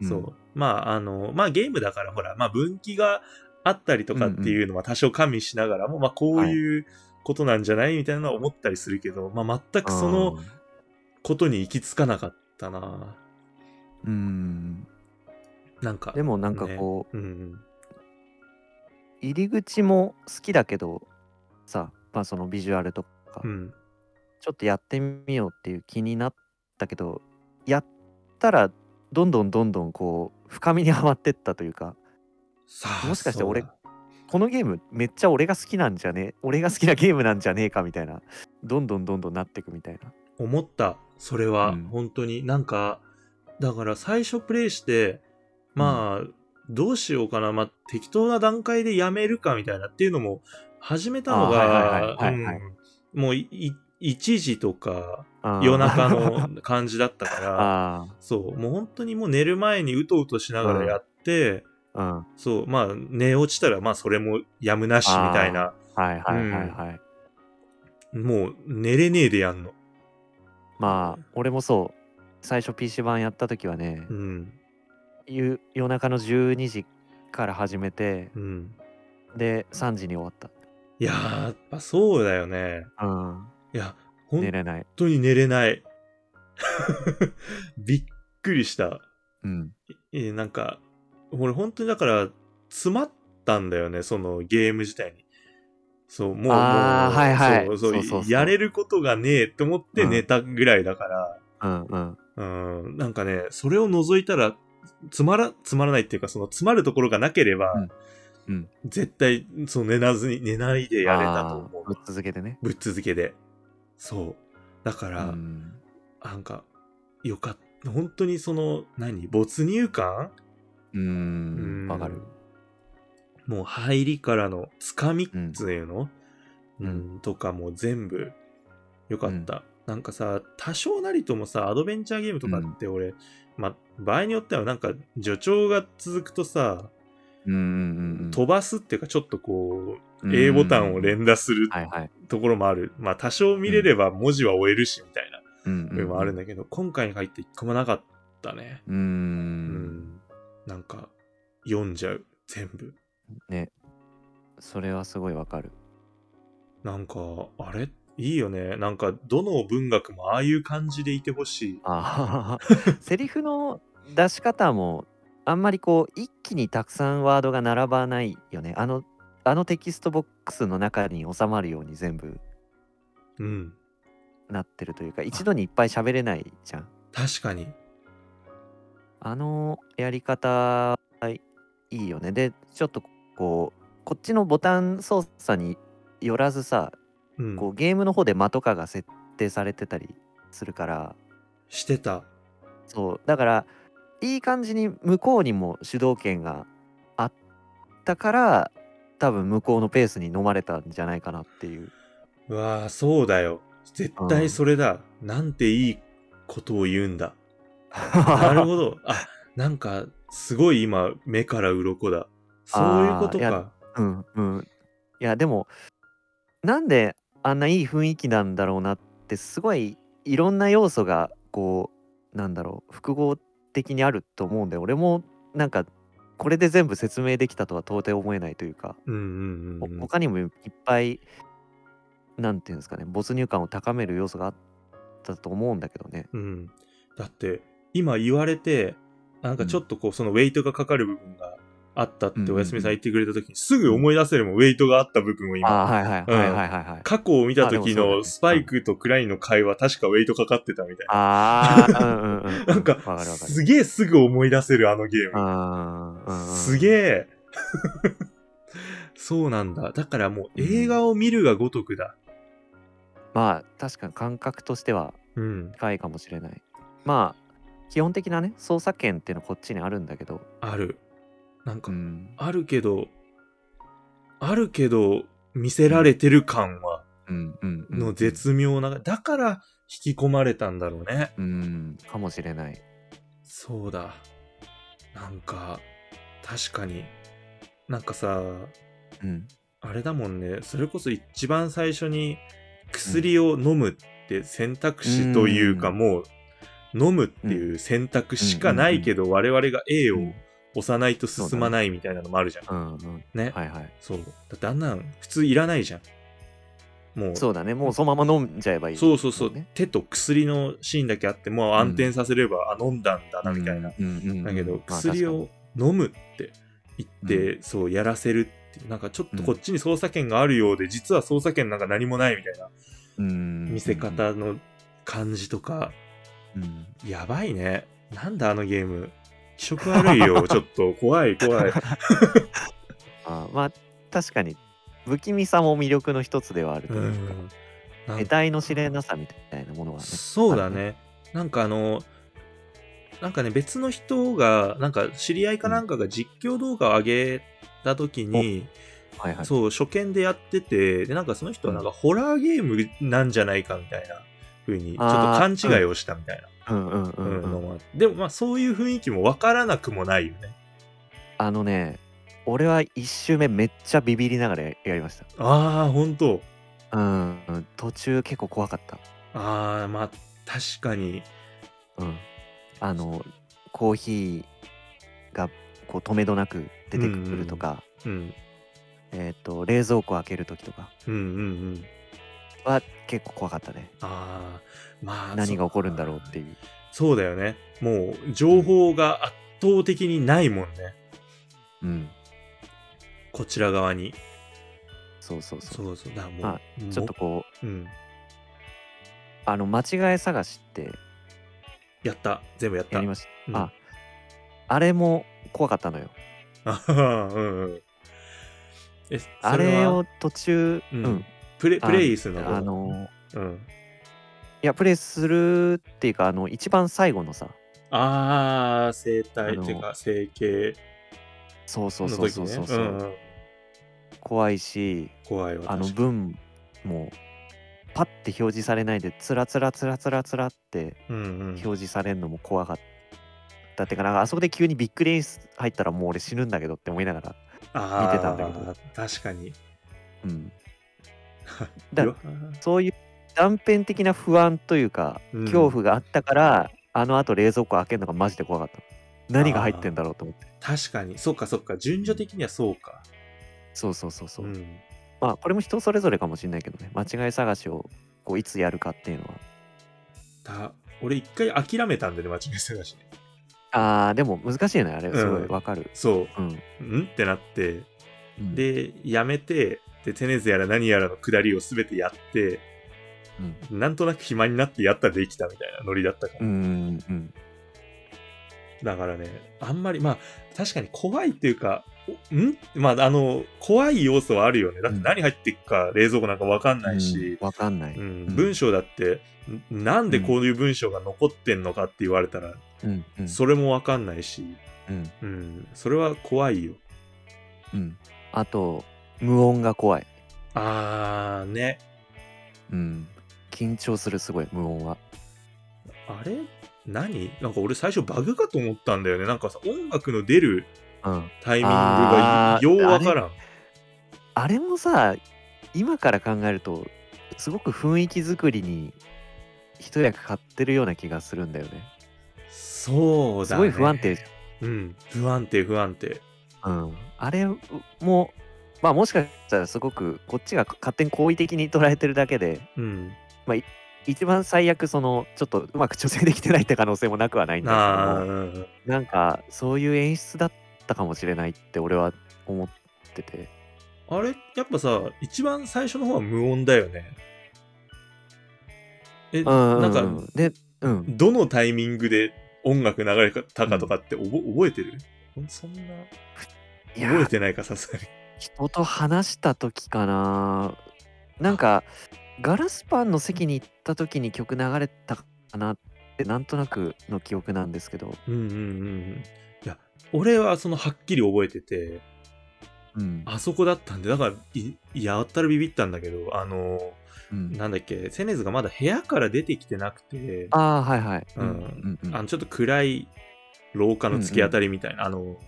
S3: うん
S2: そう。まあ、あの、まあゲームだからほら、まあ分岐があったりとかっていうのは多少加味しながらも、まあこういうことなんじゃないみたいなのは思ったりするけど、まあ全くそのことに行き着かなかったな。
S3: うんうん
S2: なんか。
S3: でもなんか
S2: ね
S3: こう、
S2: うん。
S3: 入り口も好きだけどさまあそのビジュアルとか
S2: うん。
S3: ちょっとやってみようっていう気になったけどやったらどんどんどんどんこう深みにはまってったというか
S2: さ
S3: もしかして俺
S2: そうだ
S3: このゲームめっちゃ俺が好きなんじゃね俺が好きなゲームなんじゃねえかみたいなどんどんどんどんなってくみたいな
S2: 思ったそれは、
S3: うん
S2: 本当になんかだから最初プレイしてまあ、どうしようかな、まあ、適当な段階でやめるかみたいなっていうのも始めたのが
S3: あーはいはいはいはいはい
S2: うんもういい1時とか
S3: あー
S2: 夜中
S3: [laughs]
S2: の感じだったから
S3: あ
S2: そうもう本当にもう寝る前にうとうとしながらやって、
S3: あうんは
S2: そうまあ寝落ちたらまあそれもやむなしみたいない
S3: はいはいはい、
S2: もう寝れねえでやんの
S3: まあ俺もそう最初 PC 版やった時はね、
S2: うん
S3: ゆ夜中の12時から始めて
S2: うん
S3: で3時に終わっ
S2: いやーやっぱそうだよね。
S3: た、うん、
S2: いや、
S3: 寝
S2: 本
S3: れない、
S2: 当に寝れない。 [laughs] びっくりした。
S3: うん、
S2: えなんか、俺本当にだから、詰まったんだよね、そのゲーム自体に。そう、もう、
S3: あー
S2: もう
S3: はいはい
S2: そうそう
S3: そうそうそう
S2: やれることがねえって思って
S3: うん
S2: 寝たぐらいだから、
S3: うんうん
S2: うん、なんかね、それを除いたら、つまら、つまらないっていうか、その、詰まるところがなければ、
S3: うんうん
S2: 絶対、そう、寝なずに、寝ないでやれたと思う
S3: あー。ぶっ続けてね
S2: ぶっ続けでそうだから、
S3: うん
S2: なんかよかった本当にその何没入感う
S3: う
S2: ん
S3: わかる
S2: もう入りからのつかみっていうの、う
S3: うんん
S2: とかも全部よかった、なんかさ多少なりともさアドベンチャーゲームとかって俺、まあ場合によってはなんか助長が続くとさ、
S3: うんうんうん
S2: 飛ばすっていうかちょっとこ
S3: う
S2: うん A ボタンを連打する
S3: はいはい
S2: ところもある、まあ多少見れれば文字は終えるしみたいな
S3: うん
S2: 部分もあるん
S3: ね
S2: だけど、今回に入って一個もなかったね。
S3: う
S2: うんん。なんか、読んじゃう。全部。
S3: ねそれはすごいわかる
S2: なんか、あれいいよね。なんか、どの文学もああいう感じでいてほしい。
S3: あー [laughs] セリフの出し方もあんまりこう一気にたくさんワードが並ばないよねあのあのテキストボックスの中に収まるように全部
S2: うん。
S3: なってるというか一度にいっぱい喋れないじゃん
S2: 確かに。
S3: あのやり方はいいよねでちょっとこうこっちのボタン操作によらずさ
S2: うん。
S3: こうゲームの方で間とかが設定されてたりするから
S2: してた。
S3: そうだからいい感じに向こうにも主導権があったから多分向こうのペースに飲まれたんじゃないかなっていう
S2: うわあ、そうだよ。絶対それだ。なんていいことを言うん
S3: [laughs]
S2: だ。なるほど。あ、なんか、すごい今、目から鱗だ。そういうこと
S3: あー
S2: か
S3: いや。 [laughs] うんうんいやでもなんであんないい雰囲気なんだろうなってすごいいろんな要素がこうなんだろう複合的にあると思うんで俺もなんかこれで全部説明できたとは到底思えないというか
S2: うんうん
S3: ほ
S2: うんうん。
S3: 他にもいっぱいなんていうんですかね没入感を高める要素があったと思うんだけどね
S2: うん、だって今言われてなんかちょっとこうそのウェイトがかかる部分があったっておやすみさん言ってくれた時にすぐ思い出せるもんウェイトがあった部分を今
S3: あーはいはいはいはいはいはい、
S2: 過去を見た
S3: あでも
S2: 時
S3: そうだ
S2: の
S3: ね
S2: スパイクとクラインの会話確かウェイトかかってたみたいな
S3: あ
S2: [laughs]
S3: あうんうんう
S2: な
S3: ん
S2: ん
S3: わ
S2: か
S3: かるわかる
S2: すげえすぐ思い出せるあのゲーム
S3: あーうんうん
S2: すげえ [laughs] そうなんだだからもう映画を見るがごとくだ
S3: まあ確かに感覚としては
S2: うん
S3: 深いかもしれないまあ基本的なね捜査権っていうのはこっちにあるんだけど、
S2: あるなんか
S3: ん
S2: あるけどあるけど見せられてる感は
S3: うんうんうん
S2: の絶妙な、だから引き込まれたんだろうね。
S3: うんかもしれない
S2: そうだ。なんか、確かに。なんかさ、
S3: うん
S2: あれだもんね、それこそ一番最初に薬を飲むって選択肢というか、
S3: うん
S2: もう飲むっていう選択しかないけど、我々が A を押さないと進まないみたいなのもあるじゃん。
S3: うんうん
S2: ね。
S3: はいはい
S2: そう。だってあんなん普通いらないじゃん。もう、
S3: そうだねもうそのまま飲んじゃえばいい
S2: そうそうそう、
S3: もね
S2: 手と薬のシーンだけあって、もう暗転させれば、あ、飲んだんだなみたいな。
S3: うんうんうん
S2: だけど、
S3: まあ
S2: 薬を飲むって言って、そうやらせるっていうなんかちょっとこっちに捜査権があるようで、実は捜査権なんか何もないみたいな
S3: 確かにうん
S2: 見せ方の感じとか、
S3: うん
S2: やばいね。なんだあのゲーム。気色悪い
S3: [laughs]
S2: よ、ちょっと。怖い、怖い。
S3: あまあ確かに不気味さも魅力の一つではあると
S2: う
S3: いうか、
S2: ん。なん
S3: 得体の知れなさみたいなものはね
S2: そうだね。なんかあの、なんかね、別の人が、なんか知り合いかなんかが実況動画を上げた時に、
S3: はいはい
S2: そう、初見でやってて、で、なんかその人はなんかホラーゲームなんじゃないかみたいな風に、ちょっと
S3: あー
S2: 勘違いをしたみたいな
S3: うんうんう
S2: うんん
S3: う
S2: の
S3: ん
S2: もあってでもまあそういう雰囲気もわからなくもないよね。
S3: あのね俺は一周目めっちゃビビりながらやりました
S2: ああ、本当
S3: うんうん途中結構怖かった
S2: ああ、まあ確かに。
S3: うんあのコーヒーがこう止めどなく出てくるとか、
S2: うん。
S3: えっ、と冷蔵庫開ける時とか
S2: うんうんうん。
S3: は結構怖かったね
S2: ああ、まあ。
S3: 何が起こるんだろう
S2: て
S3: っていう
S2: そうだよね。もう情報が圧倒的にないもんね。
S3: うん
S2: こちら側に。
S3: そうそうそう
S2: そうそう。だからもう、
S3: ま
S2: もう
S3: ちょっとこう
S2: うん。
S3: あの間違い探しって
S2: やった。全部やった。
S3: やりました、
S2: うん
S3: ああれも怖かったのよ
S2: あはは [laughs] うんうん。え、そは
S3: あれを途中、
S2: う
S3: うんん
S2: プレ
S3: あ
S2: プレイするの
S3: あ、の
S2: うん。
S3: いやプレイするっていうかあの一番最後のさ
S2: ああ、生体
S3: あの
S2: っていうか、整形
S3: そうそ
S2: の
S3: うそう
S2: 時
S3: そう
S2: ね。
S3: そうそう、
S2: うんうん
S3: 怖いし
S2: 怖いわ。
S3: あの
S2: 確か
S3: 文もパッて表示されないでつらつらつらつらつらって
S2: にうんうん。
S3: 表示されるのも怖かったってかなんかあそこで急にビッグレイス入ったらもう俺死ぬんだけどって思いながら、
S2: あー
S3: 見てたんだけど。
S2: 確かに。
S3: うん、だ
S2: [laughs] うわ
S3: そういう断片的な不安というか、
S2: うん
S3: 恐怖があったからあのあと冷蔵庫開けるのがマジで怖かった何が入ってんだろうと思って
S2: 確かに。そっかそっか。順序的にはそうか。
S3: そうそうそうそう、
S2: うん。
S3: まあこれも人それぞれかもしれないけどね間違い探しをこういつやるかっていうのは
S2: た俺一回諦めたんだよね間違い探しね
S3: あーでも難しいよねあれすごい
S2: うん
S3: わかる
S2: そ
S3: うん、
S2: うんってなって
S3: うん、
S2: でやめてでテネズやら何やらの下りを全てやって
S3: うん
S2: なんとなく暇になってやったらできたみたいなノリだったから、
S3: うんうん
S2: だからねあんまりまあ確かに怖いっていうかおんまああの怖い要素はあるよねだって何入ってっか、冷蔵庫なんか分かんないし、
S3: わかんない、
S2: うん
S3: うん
S2: 文章だってんなんでこういう文章が残ってんのかって言われたら、
S3: うんうん
S2: それも分かんないし、
S3: うん
S2: うん、それは怖いよ
S3: うんあと無音が怖い、
S2: あーね
S3: うん、緊張するすごい無音は
S2: あれ何なんか俺最初バグかと思ったんだよねなんかさ音楽の出る
S3: うん
S2: タイミングが
S3: あー
S2: ようわからん
S3: あれもさ今から考えるとすごく雰囲気作りに一役買ってるような気がするんだよね
S2: そう
S3: す
S2: だ、ね、
S3: ごい不安定じ
S2: うん不安定不安定
S3: ゃん、うん、あれもまあもしかしたらすごくこっちが勝手に好意的に捉えてるだけで
S2: うん
S3: 一番最悪そのちょっとうまく調整できてないって可能性もなくはないん
S2: あ
S3: だ
S2: ーうん
S3: けどなんかそういう演出だったかもしれないって俺は思ってて
S2: あれやっぱさ一番最初の方は無音だよねえ、
S3: うん
S2: なん
S3: うんうん
S2: か
S3: でうん
S2: どのタイミングで音楽流れたかとかっておぼ覚えてるそんない
S3: や
S2: 覚えてないかさすがに
S3: 人と話した時かななんかガラスパンの席に行った時に曲流れたかなってなんとなくの記憶なんですけど、
S2: うんうんうんうんいや俺はそのはっきり覚えてて
S3: うん
S2: あそこだったんでだからいやったらビビったんだけどあの
S3: うん
S2: なんだっけセネズがまだ部屋から出てきてなくてあ
S3: あーはいはい、
S2: うん
S3: うんうん
S2: のちょっと暗い廊下の突き当たりみたいな、
S3: はい、
S2: あの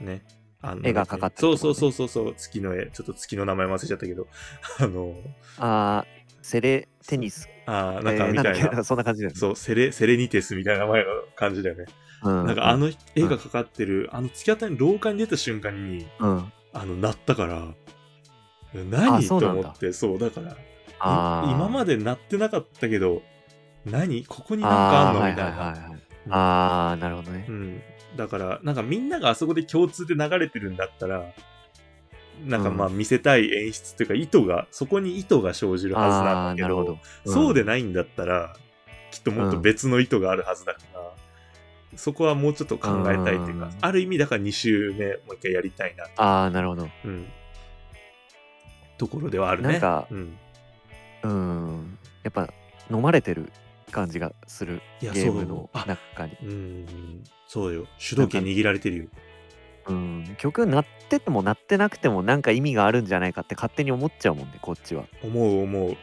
S2: ねあの
S3: 絵がかかってるとこ
S2: そ
S3: ね
S2: うそうそう [laughs] そうそう月の絵ちょっと月の名前忘れちゃったけどあの
S3: あーセレテニス、
S2: ああ、
S3: え
S2: なんか
S3: ー
S2: みたい
S3: ん
S2: な
S3: だっけ [laughs] そんな感じだよね。
S2: そう、セレ、セレニテスみたいな名前の感じだよね。
S3: うん
S2: なんかあの絵がかかってる、あの突き当たりの廊下に出た瞬間に、
S3: うん、
S2: あの、鳴ったから、何と
S3: そうなんだ
S2: 思って、そう、だから、
S3: あー
S2: 今まで鳴ってなかったけど、何ここになんかあんの
S3: あー
S2: みたい
S3: はいは
S2: な。
S3: いはいはい
S2: うん
S3: あーなるほどね
S2: う。ん。だから、なんかみんながあそこで共通で流れてるんだったら、なんかまあ見せたい演出っていうか、意図が、そこに意図が生じるはず
S3: あ
S2: な
S3: あ
S2: んだ
S3: ー
S2: け
S3: なる
S2: ど
S3: ほ、ど。うん
S2: そうでないんだったら、きっともっと別の意図があるはずだから、そこはもうちょっと考えたいというか、
S3: うん
S2: ある意味だから2周目もう一回やりたいな、
S3: ああなるほど。
S2: うん、ところではあるね。
S3: なんか
S2: うん、
S3: うんやっぱ飲まれてる感じがする
S2: い
S3: ゲ
S2: や
S3: ーム
S2: そう
S3: の
S2: あ
S3: 中に。
S2: うん、そうよ。主導権握られてるよ。
S3: うん、曲鳴ってても鳴ってなくてもなんか意味があるんじゃないかって勝手に思っちゃうもんねこっちは
S2: 思う思う。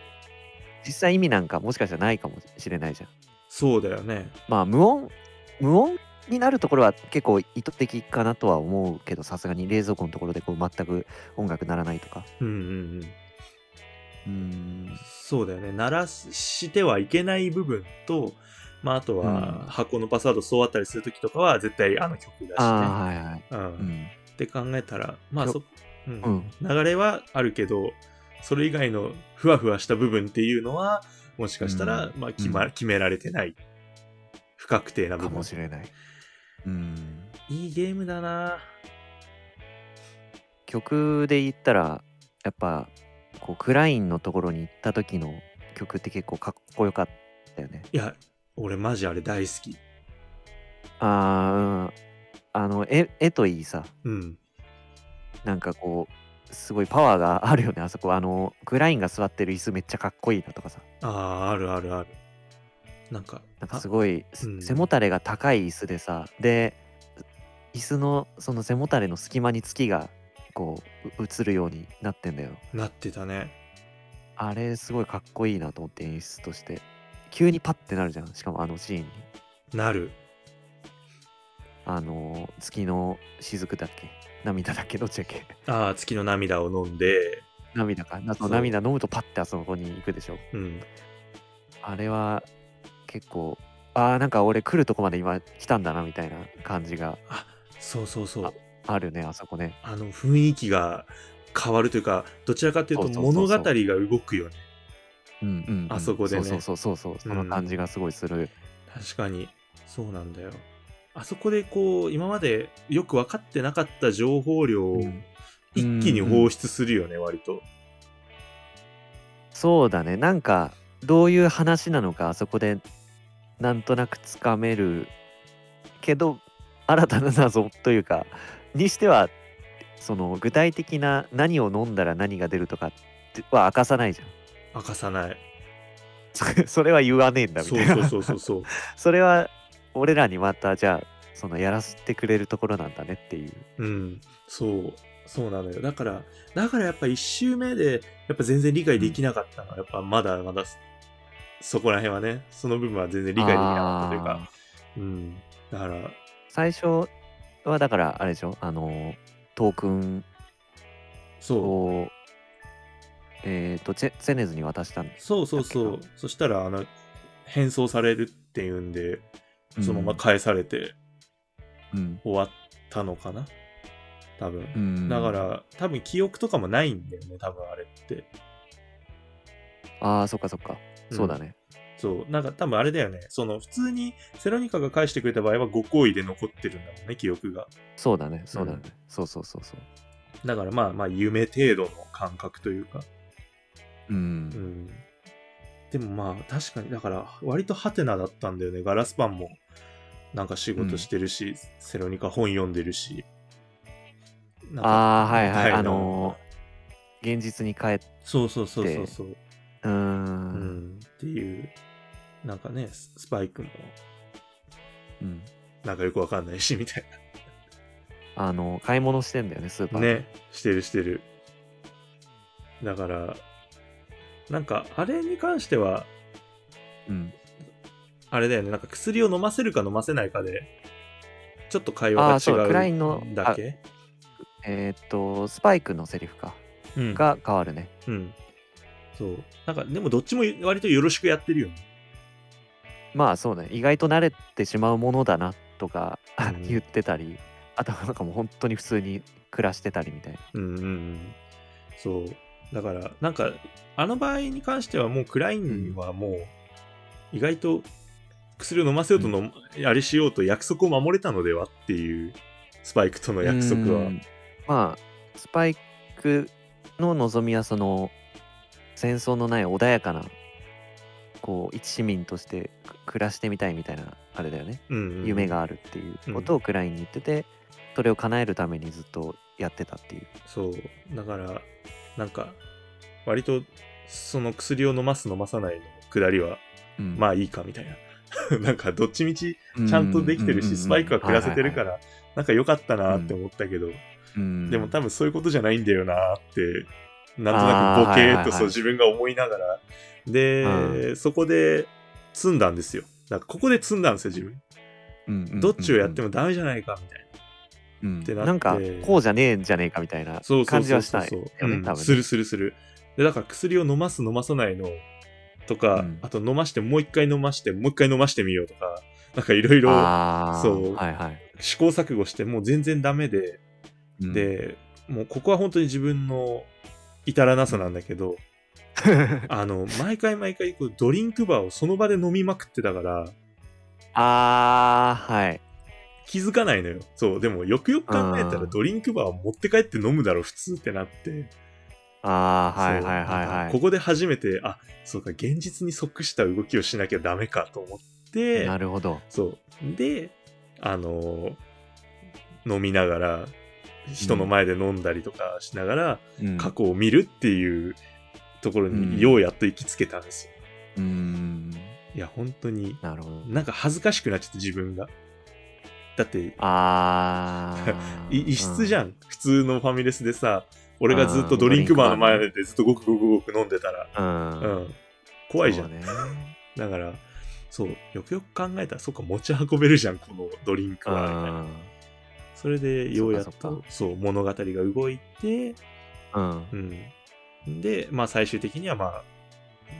S3: 実際意味なんかもしかしたらないかもしれないじゃん
S2: そうだよね。
S3: まあ無音無音になるところは結構意図的かなとは思うけどさすがに冷蔵庫のところでこう全く音楽鳴らないとか
S2: うんうんうん。
S3: うん
S2: そうだよね。鳴らしてはいけない部分と、まあ、あとは
S3: うん
S2: 箱のパスワードそうあったりするときとかは絶対あの曲だしね。
S3: ああはいはい
S2: うん
S3: うん
S2: って考えたら、まあ
S3: よ
S2: そ、うん
S3: うん
S2: 流れはあるけど、それ以外のふわふわした部分っていうのは、もしかしたら、
S3: うん
S2: まあ決ま、
S3: うん
S2: 決められてない。不確定な部
S3: か
S2: 分
S3: も。しれないうん
S2: いいゲームだな
S3: 曲で言ったらやっぱこうクラインのところに行った時の曲って結構かっこよかったよね
S2: いや、俺マジあれ大好き。
S3: あーうんあの絵絵といいさ
S2: うん。
S3: なんかこうすごいパワーがあるよねあそこあのクラインが座ってる椅子めっちゃかっこいいなとかさ
S2: ああ、あるあるある。なんか、
S3: なん
S2: あ
S3: かすごい、
S2: うん
S3: 背もたれが高い椅子でさで椅子のその背もたれの隙間に月がこうう映るようになってんだよ
S2: なってたね。
S3: あれすごいかっこいいなと思って演出として急にパッてなるじゃんしかもあのシーンに
S2: なる。
S3: あのー月の雫だっけ涙だっけどっちだっけ
S2: ああ、月の涙を飲んで、
S3: 涙かあ
S2: そう
S3: と涙飲むとパッてあそこに行くでしょ
S2: うん。
S3: あれは結構あーなんか俺来るとこまで今来たんだなみたいな感じが
S2: あ、そうそうそう。
S3: あるねあそこね
S2: あの雰囲気が変わるというか、どちらかというと
S3: そうそうそうそ
S2: 物
S3: う
S2: 語が動くよね。
S3: うんうんうん、
S2: あそこでね
S3: そうそうそうそうその感じがすごいする、
S2: 確かに、そうなんだよ。あそこでこう、今までよく分かってなかった情報量を
S3: うん
S2: 一気に放出するよね、割と。
S3: そうだねなんかどういう話なのかあそこでなんとなくつかめるけど新たな謎というかにしてはその具体的な何を飲んだら何が出るとかっては明かさないじゃん [laughs]
S2: 明かさない。
S3: そそれは言わねえんだみ
S2: そ
S3: た
S2: う
S3: いな
S2: そうそうそうそう。
S3: それは俺らにまたじゃあそのやらせてくれるところなんだねっていう
S2: うん、 [laughs] そう、そうなのよ。だから、だからやっぱ一周目で、やっぱ全然理解できなかったのは、やっぱまだまだ、そこら辺はね、その部分は全然理解できなかったという
S3: あー
S2: か、うん。だから、
S3: 最初はだからあれでしょあのトークン
S2: そう、
S3: をえっ、とチェツェネズに渡したんです
S2: そうそうそ
S3: だっ
S2: う。そしたら、あの、変装されるっていうんで、そのまま返されて
S3: うん
S2: 終わったのかな多分。
S3: うん
S2: だから、多分記憶とかもないんだよね、多分あれって。
S3: ああそっかそっか、
S2: うん
S3: そうだね
S2: そう、なんか多分あれだよね。その普通にセロニカが返してくれた場合はご好意で残ってるんだもんね、記憶が。
S3: そうだねそうだね、そうそうそうそう
S2: だからまあまあ夢程度の感覚というか。
S3: うん、
S2: うん。でもまあ確かに、だから割とハテナだったんだよね。ガラスパンもなんか仕事してるし、セロニカ本読んでるし。なんか
S3: ああはい
S2: は
S3: はいいあのー現実に帰って
S2: そうそうそうそうそう。
S3: うー
S2: うんん。っていう、なんかね、ススパイクも
S3: うん
S2: なんかよくわかんないし、みたい
S3: あの買い物してんだよねスーパ
S2: な。
S3: ーで
S2: ね、してるしてる。だから、なんかあれに関しては、
S3: うん
S2: あれだよね、なんか薬を飲ませるか飲ませないかで、ちょっと会話
S3: あーそうク
S2: が
S3: ラ
S2: 違
S3: イ
S2: う
S3: ンの
S2: だけ
S3: えーっとスパイクのセリフか
S2: うん
S3: が変わるね
S2: うん。そうなんかでもどっちも割とよろしくやってるよね
S3: まあそうね意外と慣れてしまうものだなとか
S2: うん
S3: 言ってたり、あとはなんかもう本当に普通に暮らしてたりみたいな
S2: うんうんうんそうだからなんかあの場合に関してはもうクラインはもう意外と薬を飲ませようとの、あれしようと約束を守れたのではっていうスパイクとの約束
S3: う
S2: は
S3: んまあスパイクの望みはその戦争のない穏やかなこう一市民としてく暮らしてみたいみたいなあれだよね、
S2: うんうん
S3: 夢があるっていうことをクラインに言ってて、それを叶えるためにずっとやってたっていう
S2: そうだからなんか割とその薬を飲ます飲まさないの下りは
S3: うん
S2: まあいいかみたいな [laughs] なんかどっちみちちゃんとできてる
S3: うんうんうんうん
S2: しスパイクは暮らせてるか
S3: はい
S2: らなんか良かったなって思ったけど
S3: はいはい
S2: でも多分そういうことじゃないんだよなって、なん
S3: あ
S2: となく
S3: ー
S2: ボケー
S3: はいは
S2: っ
S3: いは
S2: と
S3: い
S2: そう自分が思いながら。で、そこで積んだんですよ。なんかここで積んだんですよ、自分。
S3: うんうんうんうん
S2: どっちをやってもダメじゃないかみたいな。
S3: うん
S2: ってなって
S3: なんかこうじゃねえんじゃねえかみたいな
S2: そうそう
S3: 感じ
S2: そう
S3: はし
S2: そう
S3: たい
S2: そう
S3: よね
S2: う
S3: 多
S2: ん
S3: 分ね
S2: するするする。で、だから薬を飲ます飲まさないのとか、
S3: うん
S2: あと飲ましてもう一回飲ましてもう一回飲ましてみようとか、なんかいろいろ
S3: あー
S2: そう
S3: はいはい、
S2: 試行錯誤してもう全然ダメで、
S3: う
S2: [laughs]
S3: ん
S2: で、もうここは本当に自分の至らなさなんだけど、
S3: [laughs]
S2: あの毎回毎回こうドリンクバーをその場で飲みまくってたから
S3: あーはい
S2: 気づかないのよそうでもよくよく考えた
S3: あ
S2: ら
S3: ー
S2: ドリンクバーを持って帰って飲むだろ普通ってなって
S3: ああ、はい
S2: そう
S3: はいはい
S2: なん
S3: は
S2: か
S3: い。
S2: ここで初めてあそうか現実に即した動きをしなきゃダメかと思って
S3: なるほど。
S2: そうであのー飲みながら人の前で飲んだりとかしながら、
S3: うん
S2: 過去を見るっていうところ
S3: うん
S2: にようやっと行きつけたんですよ、
S3: うーん。
S2: いや本当に
S3: なるほど。
S2: なんか恥ずかしくなっちゃって自分が。だって、。
S3: ああ
S2: [laughs] い異質じゃ、
S3: うん
S2: 普通のファミレスでさ、俺がずっとドリンクバーの前でずっとごくごくごく飲んでたら、う
S3: ん。うん。
S2: ん、怖いじゃん。
S3: そうね。
S2: だから、そう、よくよく考えたら、そっか、持ち運べるじゃん、このドリンク
S3: う。
S2: は。みたいなんそれで、ようやっ
S3: そっかそっ
S2: と、そう、物語が動いて、
S3: うん。
S2: うん。で、まあ、最終的には、まあ、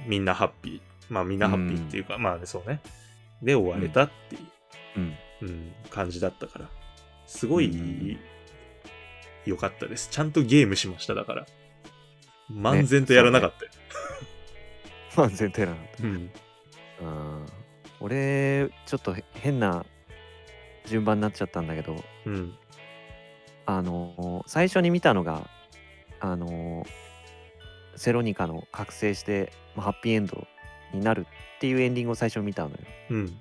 S2: みんなハッピー。まあ、みんなハッピーっていうか、まあ、そうね。で、終われたっていう。
S3: うん。
S2: うん、感じだったからすごい
S3: うん
S2: 良かったですちゃんとゲームしましただから漫然とやらなかったよ、
S3: まあ、全体なかっ
S2: うん
S3: た。うん。俺、ちょっとへ変な順番になっちゃったんだけど、
S2: うん
S3: あのー、最初に見たのが、あのー、セロニカの覚醒して、まあ、ハッピーエンドになるっていうエンディングを最初に見たのよ。
S2: うん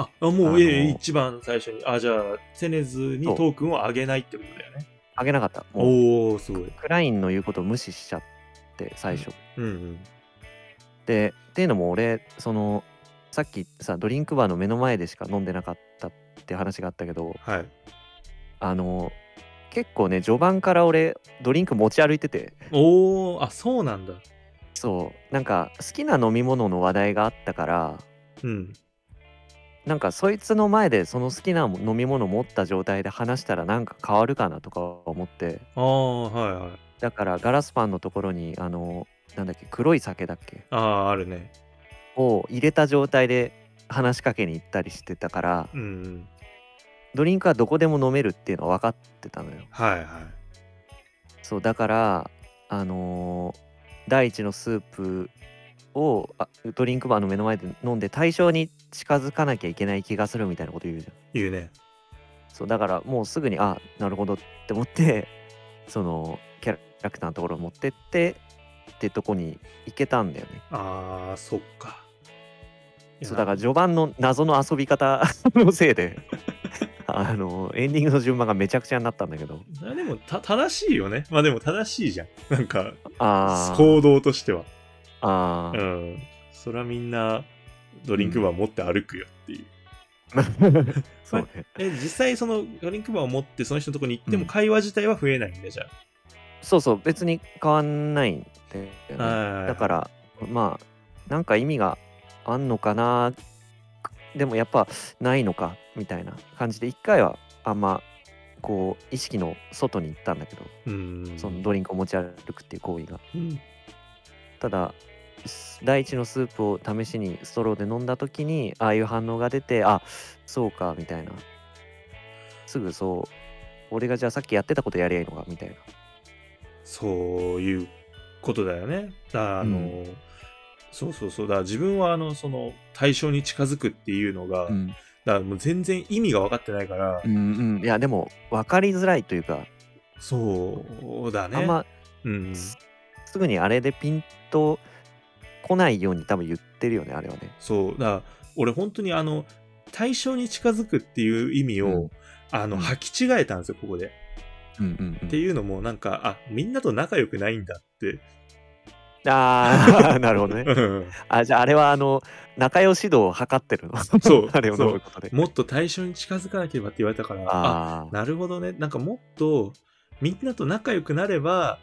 S2: ああ
S3: あ
S2: も
S3: の
S2: うええ一番最初にあじゃあセネズに
S3: そう
S2: トークンをあげないってことだよね
S3: あげなかった。もう
S2: おおすごい
S3: クラインの言うことを無視しちゃって最初、
S2: うんうん
S3: でっていうのも俺そのさっきさドリンクバーの目の前でしか飲んでなかったって話があったけど
S2: はい
S3: あの結構ね序盤から俺ドリンク持ち歩いてて
S2: おおあそうなんだ
S3: そうなんか好きな飲み物の話題があったから
S2: うん
S3: なんかそいつの前でその好きな飲み物持った状態で話したらなんか変わるかなとか思って
S2: ああはいはい
S3: だからガラスパンのところにあのなんだっけ黒い酒だっけ
S2: あああるね
S3: を入れた状態で話しかけに行ったりしてたから
S2: うんうん
S3: ドリンクはどこでも飲めるっていうのは分かってたのよ
S2: はいはい
S3: そうだからあのー第一のスープをあドリンクバーの目の前で飲んで対象に近づかなきゃいけない気がするみたいなこと言うじゃん
S2: 言うね
S3: そうだからもうすぐにあなるほどって思って [laughs] そのキャラクターのところを持ってってってとこに行けたんだよね
S2: ああそっかいや
S3: そうだから序盤の謎の遊び方 [laughs] のせいであのエンディングの順番がめちゃくちゃになったんだけど
S2: あでもた正しいよねまあでも正しいじゃんなんか
S3: あー
S2: 行動としては
S3: あ
S2: う
S3: ー、
S2: んそりゃみんなドリンクバー持って歩くよっていう、
S3: [laughs] そうね
S2: え実際そのドリンクバーを持ってその人のとこに行っても
S3: うん
S2: 会話自体は増えないんだじゃ
S3: そうそう別に変わんないんだよね
S2: あ、はい
S3: だからまあなんか意味があんのかなでもやっぱないのかみたいな感じで一回はあんまこう意識の外に行ったんだけど
S2: うん
S3: そのドリンクを持ち歩くっていう行為が
S2: うん
S3: ただす第一のスープを試しにストローで飲んだ時にああいう反応が出てあそうかみたいなすぐそう俺がじゃあさっきやってたことやりゃいいのかみたいな
S2: そういうことだよね。だあの、
S3: うん
S2: そうそうそうだから自分はあのその対象に近づくっていうのが、
S3: うん、
S2: だからもう全然意味が分かってないから、
S3: うんうんいやでも分かりづらいというか、
S2: そうだね。
S3: あんま
S2: うん、
S3: すぐにあれでピンと来ないように多分言ってるよねあれはね
S2: そうだから俺本当にあの対象に近づくっていう意味を、
S3: うん
S2: あの
S3: うん
S2: 履き違えたんですよここで。
S3: うんうん、う
S2: っていうのもなんかあみんなと仲良くないんだって。
S3: あ
S2: [laughs]
S3: あなるほどね
S2: うん
S3: あじゃああれはあの仲良し度を測ってるの
S2: そう
S3: あれを飲むことで
S2: もっと対象に近づかなければって言われたからあ
S3: ああ
S2: なるほどね。なんかもっとみんなと仲良くなれば、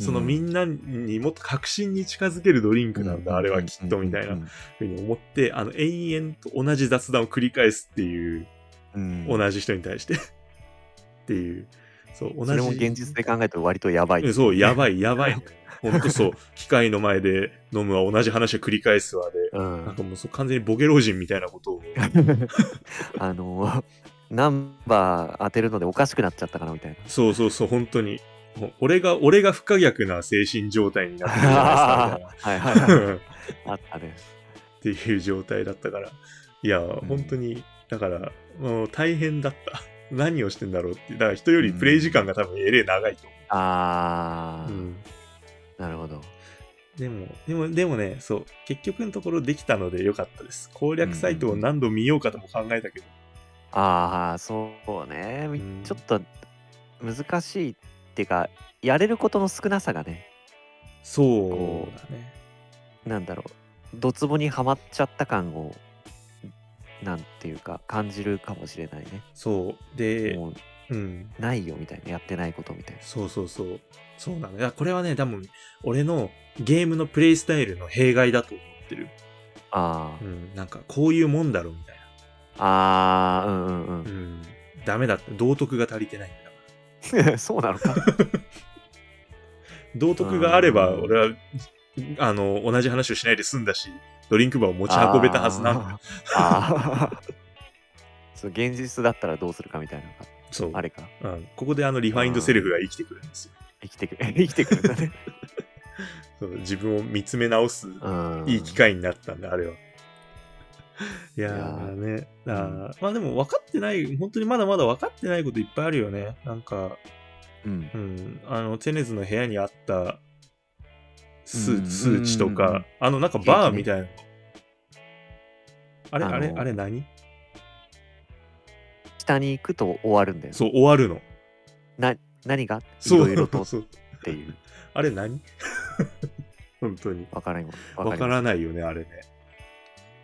S2: その
S3: うん
S2: みんなにもっと確信に近づけるドリンクなんだ、あれはきっとみたいなふうに思って、あの延々と同じ雑談を繰り返すっていう、
S3: 同
S2: 同じ人に対してっていう、そう、同じ。
S3: それも現実で考えると割とやばい
S2: えそう、やば
S3: [laughs]
S2: い、やばい。本当そう、機械の前で飲むは同じ話を繰り返すわで、
S3: う
S2: なん
S3: ん
S2: かもうそう完全にボケ老人みたいなことを。
S3: あのナンバー当てるのでおかしくなっちゃったかなみたいな
S2: そうそうそう、本当に。もう俺が、俺が不可逆な精神状態になってるじゃないですか
S3: [laughs] はいはい
S2: みたい
S3: はい
S2: な。
S3: あったね
S2: っていう状態だったから。いや、
S3: ん
S2: 本当に、だから、もう大変だった。何をしてんだろうって。だから人よりプレイ時間が多分えれえ長いと
S3: ああ、
S2: 思う。うん
S3: なるほど
S2: でも、でも、でもね、そう、結局のところできたのでよかったです。攻略サイトを何度見ようかとも考えたけど。
S3: ああそうねみ
S2: うん
S3: ちょっと難しいっていうかやれることの少なさがね
S2: そうだね。
S3: なんだろうドツボにはまっちゃった感をなんていうか感じるかもしれないね
S2: そう。で、
S3: もう
S2: うん。
S3: ないよみたいなやってないことみたいな
S2: そうそうそう。そうなの。いや、これはね、多分、俺のゲームのプレイスタイルの弊害だと思ってる。
S3: あ
S2: うん。なんか、こういうもんだろ、みたいな。
S3: あああうんうん
S2: うん。ダメだって、道徳が足りてないんだ。
S3: うん [laughs] そうなのか
S2: 道徳があれば、
S3: うん
S2: 俺は、あの、同じ話をしないで済んだし、ドリンクバーを持ち運べたはずなんだよ。
S3: あーあーそう現実だったらどうするかみたいなのが
S2: [laughs] そう。
S3: あれか
S2: うん。ここで、あの、リファインドセルフが生きてくるんですよ。
S3: 生きてくる [laughs] 生きてくるんだね
S2: そう自分を見つめ直す、
S3: うん
S2: いい機会になったんだ、あれは。いや
S3: いや
S2: ー
S3: ー
S2: ね。あーまあでも分かってない、本当にまだまだ分かってないこといっぱいあるよね。なんか、
S3: うん
S2: うん、あの、テネズの部屋にあった
S3: う
S2: 数
S3: ん
S2: 数値と
S3: うんうんう
S2: か
S3: ん、
S2: あの、なんか
S3: ケーキね
S2: バーみたいな。あれ、
S3: あの
S2: あれ、あれ何
S3: 下に行くと終わるんだよね
S2: そう、終わるの。
S3: 何がい
S2: そう
S3: ろいろとっ
S2: そう
S3: ていう
S2: あれ何 [laughs] 本当に。
S3: わからんわ
S2: わか
S3: ん
S2: らないよね、あれね。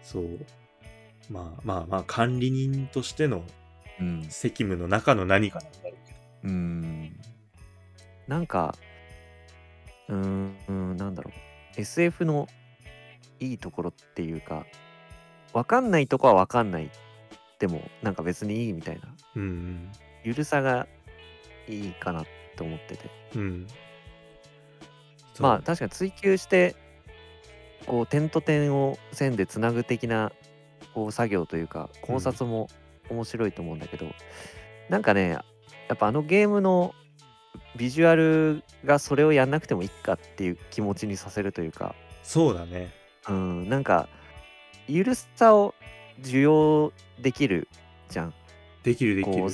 S2: そう。まあまあまあ、管理人としての
S3: うん
S2: 責務の中の何かなんだろうけど。
S3: うんなんかうーんうんなんだろう SF のいいところっていうかわかんないとこはわかんないでもなんか別にいいみたいな
S2: うん
S3: ゆるさがいいかなと思ってて
S2: うん。うん。
S3: まあ確かに追求してこう点と点を線でつなぐ的なこう作業というか考察も面白いと思うんだけど、なんかねやっぱあのゲームのビジュアルがそれをやんなくてもいいかっていう気持ちにさせるというか、
S2: そうだね。
S3: うん、なんかゆるさを受容できるじゃん。
S2: できるでき
S3: こ
S2: る
S3: う。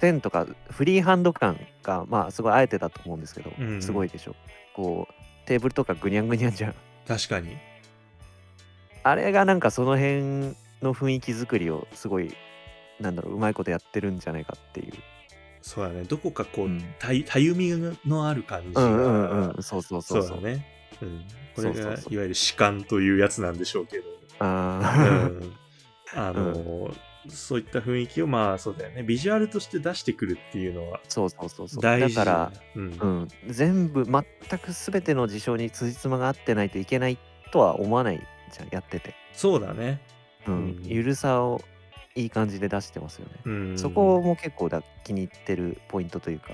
S3: 線とかフリーハンド感がまあすごいあえてだと思うんですけど、
S2: うん
S3: すごいでしょこうテーブルとかぐにゃんぐにゃんじゃん
S2: 確かに。
S3: あれがなんかその辺の雰囲気作りをすごいなんだろううまいことやってるんじゃないかっていう、
S2: そうだね。どこかこ
S3: う
S2: う、
S3: ん、
S2: たたゆみのある感じ
S3: う
S2: が。
S3: んうんうんそうそう
S2: そ
S3: そうう
S2: だ
S3: そう
S2: ね。うん。これが、い
S3: そう
S2: わ
S3: そうそう
S2: ゆる主観というやつなんでしょう
S3: [laughs]
S2: けど。う
S3: あー
S2: ん。あのー、そういった雰囲気を、まあそうだよね。ビジュアルとして出してくるっていうのは
S3: [laughs] そうそうそうそう
S2: 大
S3: だ
S2: 事
S3: から、
S2: うん
S3: う。ん、全部全く全ての事象に辻褄が合ってないといけないとは思わないじゃんやってて、
S2: そうだね。
S3: うん
S2: うん
S3: ゆるさをいい感じで出してますよね、
S2: うん。
S3: そこも結構だ気に入ってるポイントというか、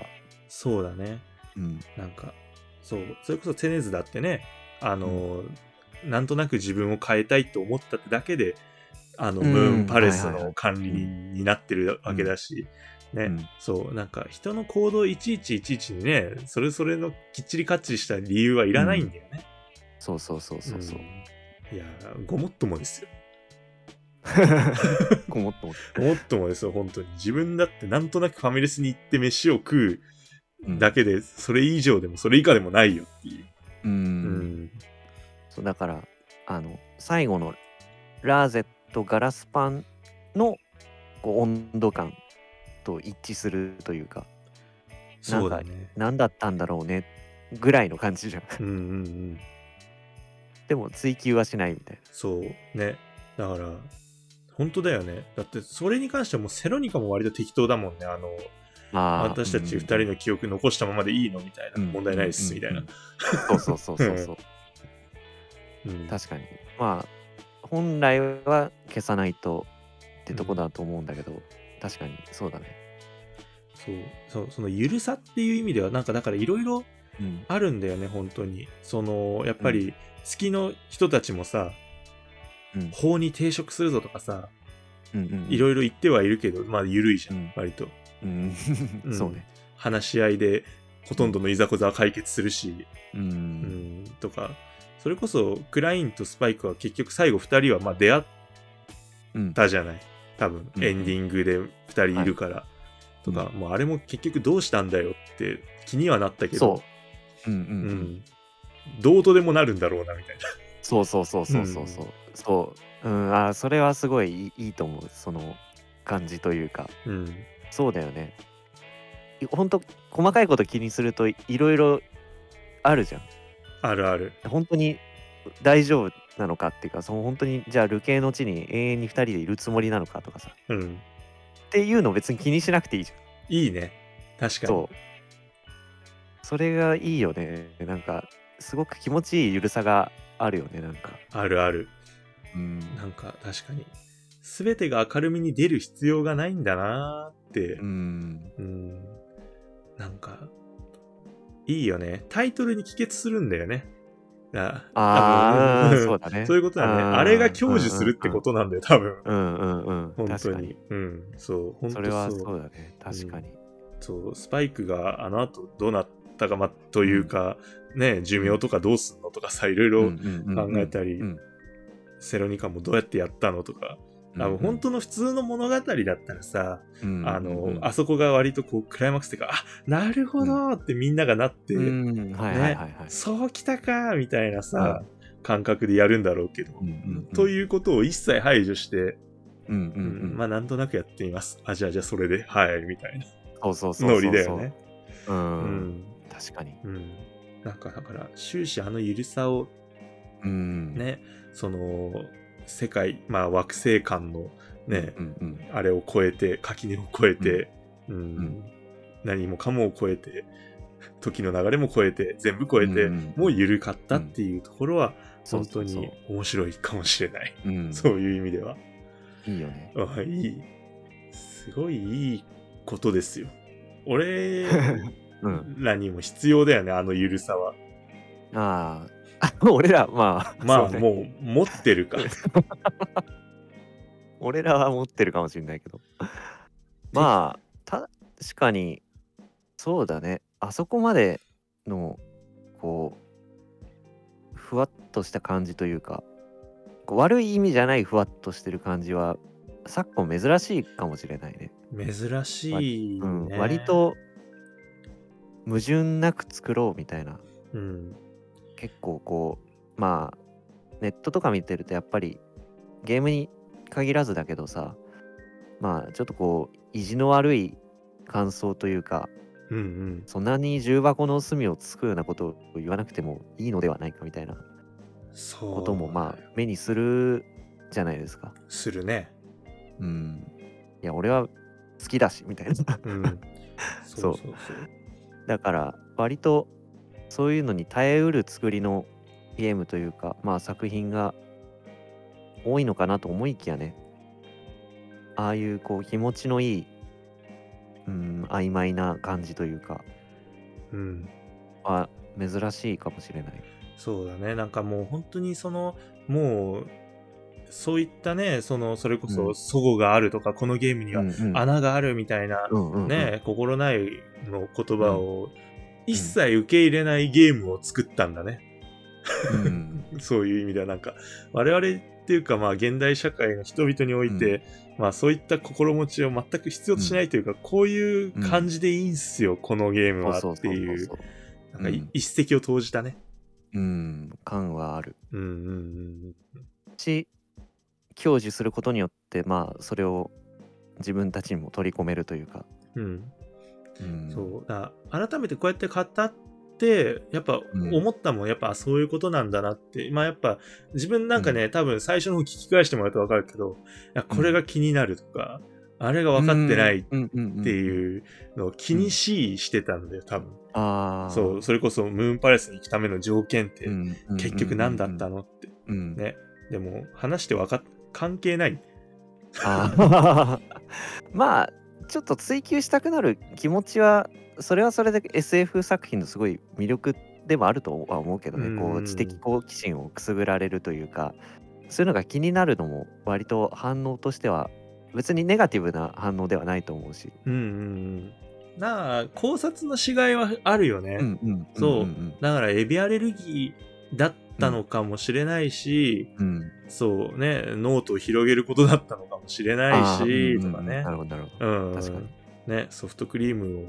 S2: そうだね。
S3: うん、
S2: なんか、そう、それこそテネズだってね、あの、なんとなく自分を変えたいと思っただけで、あの、
S3: うん
S2: ムーンパレス
S3: はいはいは
S2: の管理になってるわけだし、ね、
S1: うん
S2: そう、なんか人の行動いちいちいちいちにね、それぞれのきっちりかっちりした理由はいらないんだよね。
S3: そうそうそうそうそう。
S2: うんいやー、ごもっともですよ。
S3: [laughs] こもっともっ
S2: ごもっともですよ、本当に。自分だってなんとなくファミレスに行って飯を食
S3: と。
S2: うだけで、それ以上でもそれ以下でもないよっていう。
S3: うん。
S2: うん。
S3: そうだからあの最後のラーゼットガラスパンのこう温度感と一致するというか
S2: そうだね。
S3: 何だったんだろうねぐらいの感じじゃん [laughs]
S2: うんうんうん。
S3: でも追求はしないみたい
S2: そうねだから本当だよねだってそれに関してはもうセロニカも割と適当だもんねあの
S3: なああ
S2: 私たち2人の記憶残したままでいいのみたいな、問題ないですみたいな、
S3: そうそうそうそうそう
S2: うん
S3: 確かにまあ本来は消さないとってとこだと思うんだけど、確かにそうだね
S2: そうそうそのゆるさっていう意味ではなんかだからいろいろ
S3: うん
S2: あるんだよね本当にそのやっぱり月の人たちもさ、
S3: うん
S2: 法に抵触するぞとかさ
S3: うんうん
S2: いろいろ言ってはいるけどまあ緩いじゃん、
S3: うん
S2: 割と
S3: うん
S2: うん
S3: そうね
S2: 話し合いでほとんどのいざこざは解決するし、
S3: うん
S2: うんとかそれこそクラインとスパイクは結局最後2人はまあ出会っ
S3: うん
S2: たじゃない多分
S3: うん
S2: エンディングで2人いるから、とか、もうあれも結局どうしたんだよって気にはなったけど
S3: そうう
S2: う
S3: んうん、うん
S2: ん、どうとでもなるんだろうなみたい
S3: そうそうそうそうそうそう。そう。うん、あーそれはすごいいいいいと思う。その感じというか。
S2: な、うん、
S3: そうだよね。いほんと、細かいこと気にするといいろいろあるじゃん。
S2: あるある
S3: 本当に大丈夫なのかっていうか、その本当にじゃあ、流刑の地に永遠に2人でいるつもりなのかとかさ。
S2: うん
S3: っていうのを別に気にしなくていいじゃ
S2: いいね確
S3: ん。
S2: かに
S3: そう。それがいいよね。なんか、すごく気持ちいいゆるさがあるよね、なんか。
S2: あるある
S3: うん
S2: なんか確かに全てが明るみに出る必要がないんだなーって、
S3: うん。
S2: うん、なんか、いいよね。タイトルに帰結するんだよね。あ多
S3: ああ、
S2: [laughs] 分
S3: そうだね。
S2: そういうことだね。
S3: あー
S2: あれが享受するってことなんだよ、多分。
S3: うんうんうん。
S2: 本
S3: 確
S2: 当
S3: か
S2: に
S3: に。。
S2: うん、そう、本当
S3: それはそう
S2: そう
S3: だね。確かに。
S2: そうスパイクがあの後どうなったか、まあ、というか、ね、寿命とかどうすんのとかさ、いろいろ考えたり、
S3: うん
S2: セロニカもどうやってやったのとか、多分本当の普通の物語だったらさ、あの、あそこが割とこう、クライマックスっていうか、あ、なるほどーってみんながなって、
S3: うん、はいはいはいはい。
S2: そうきたかみたいなさ、感覚でやるんだろうけど、と
S3: う
S2: いうことを一切排除して、
S3: んうんうんうん、
S2: まあなんとなくやってみますあじゃあじゃあそれではいみたいな
S3: そうそうそうそう。
S2: ノリだよね。
S3: う。
S2: うんん、
S3: 確かに。
S2: うん、なんかだから終始あのゆるさを
S3: うん。。
S2: ねその世界まあ惑星間のね、
S3: うんうん。
S2: あれを超えて垣根を越えて、うん
S3: うん
S2: 何もかもを超えて時の流れも超えて全部超えて、もう緩かったっていうところは本当に面白いかもしれない。
S3: うん。。
S2: そうういう意味では。
S3: いい
S2: [laughs]
S3: よね。
S2: あいい。すごいいいことですよ。
S3: [laughs]
S2: 俺
S3: うん。
S2: らにも必要だよね、あのゆるさは。
S3: ああ。俺ら、まあ、
S2: まあ、
S3: そうね
S2: もう持ってるから。
S3: 俺らは持ってるかもしれないけど [laughs] まあ確かにそうだねあそこまでのこうふわっとした感じというかこう悪い意味じゃないふわっとしてる感じは昨今珍しいかもしれないね、
S2: 珍しい、ね
S3: うん、割、と矛盾なく作ろうみたいな
S2: うん。
S3: 結構こうまあネットとか見てるとやっぱりゲームに限らずだけどさまあちょっとこう意地の悪い感想というか
S2: うんうん。
S3: そんなに重箱の隅をつくようなことを言わなくてもいいのではないかみたいな
S2: そう。
S3: こともまあ目にするじゃないですか。
S2: するね。
S3: うん、いや俺は好きだしみたいな [laughs]
S2: うん。
S3: そ
S2: そ
S3: う
S2: うそう。
S3: だから割とそういうのに耐えうる作りのゲームというかまあ作品が多いのかなと思いきやねああいうこう気持ちのいいうん曖昧な感じというか
S2: うん。
S3: は珍しいかもしれない
S2: そうだねなんかもう本当にそのもうそういったねそのそれこ
S3: う
S2: そ
S3: ん
S2: 齟齬があるとか、このゲームには
S3: うんうん
S2: 穴があるみたいな、
S3: うんうんうん
S2: ね、心ないの言葉を一切受け入れないゲームを作ったんだね、 [laughs]
S3: うん
S2: そういう意味ではなんか我々っていうかまあ現代社会の人々において、まあそういった心持ちを全く必要としないというか、こういう感じでいいんすよ、このゲームは
S3: そう
S2: っ
S3: そ
S2: て
S3: う
S2: い
S3: そう
S2: う
S3: そ
S2: な
S3: う
S2: んかい
S3: うん
S2: 一石を投じたね
S3: うん感はある
S2: うんうんうん
S3: し享受することによってまあそれを自分たちにも取り込めるというか、
S2: うんうん
S3: うん
S2: そうだから改めてこうやって語ってやっぱ
S3: うん
S2: 思ったもん、やっぱあそういうことなんだなってまあやっぱ自分なんかね、多分最初の方聞き返してもらうと分かるけどいやこれが気になるとか、あれが分かってないっ
S3: うんうんうんうん
S2: ていうのを気にしいしてたんだよ多分、
S3: ああ
S2: そうそれこそムーンパレスに行くための条件って結局何だった
S3: の、
S2: のって
S3: うんうんうんうん
S2: ねでも話して分かっ関係ない
S3: あー [laughs] まあちょっと追求したくなる気持ちはそれはそれで SF 作品のすごい魅力でもあるとは思うけどね、こ
S2: うん
S3: う知的好奇心をくすぐられるというかそういうのが気になるのも割と反応としては別にネガティブな反応ではないと思うし、
S2: うんうんうんなあ考察のしがいはあるよね、
S3: うんうん
S2: そうんだからエビアレルギーだったのかもしれないし、
S3: うんうん
S2: そうねノートを広げることだったのかもしれない
S3: あー
S2: し
S3: うんうん
S2: とかね
S3: なるほどなるほど、
S2: うん
S3: 確かに
S2: ねソフトクリームを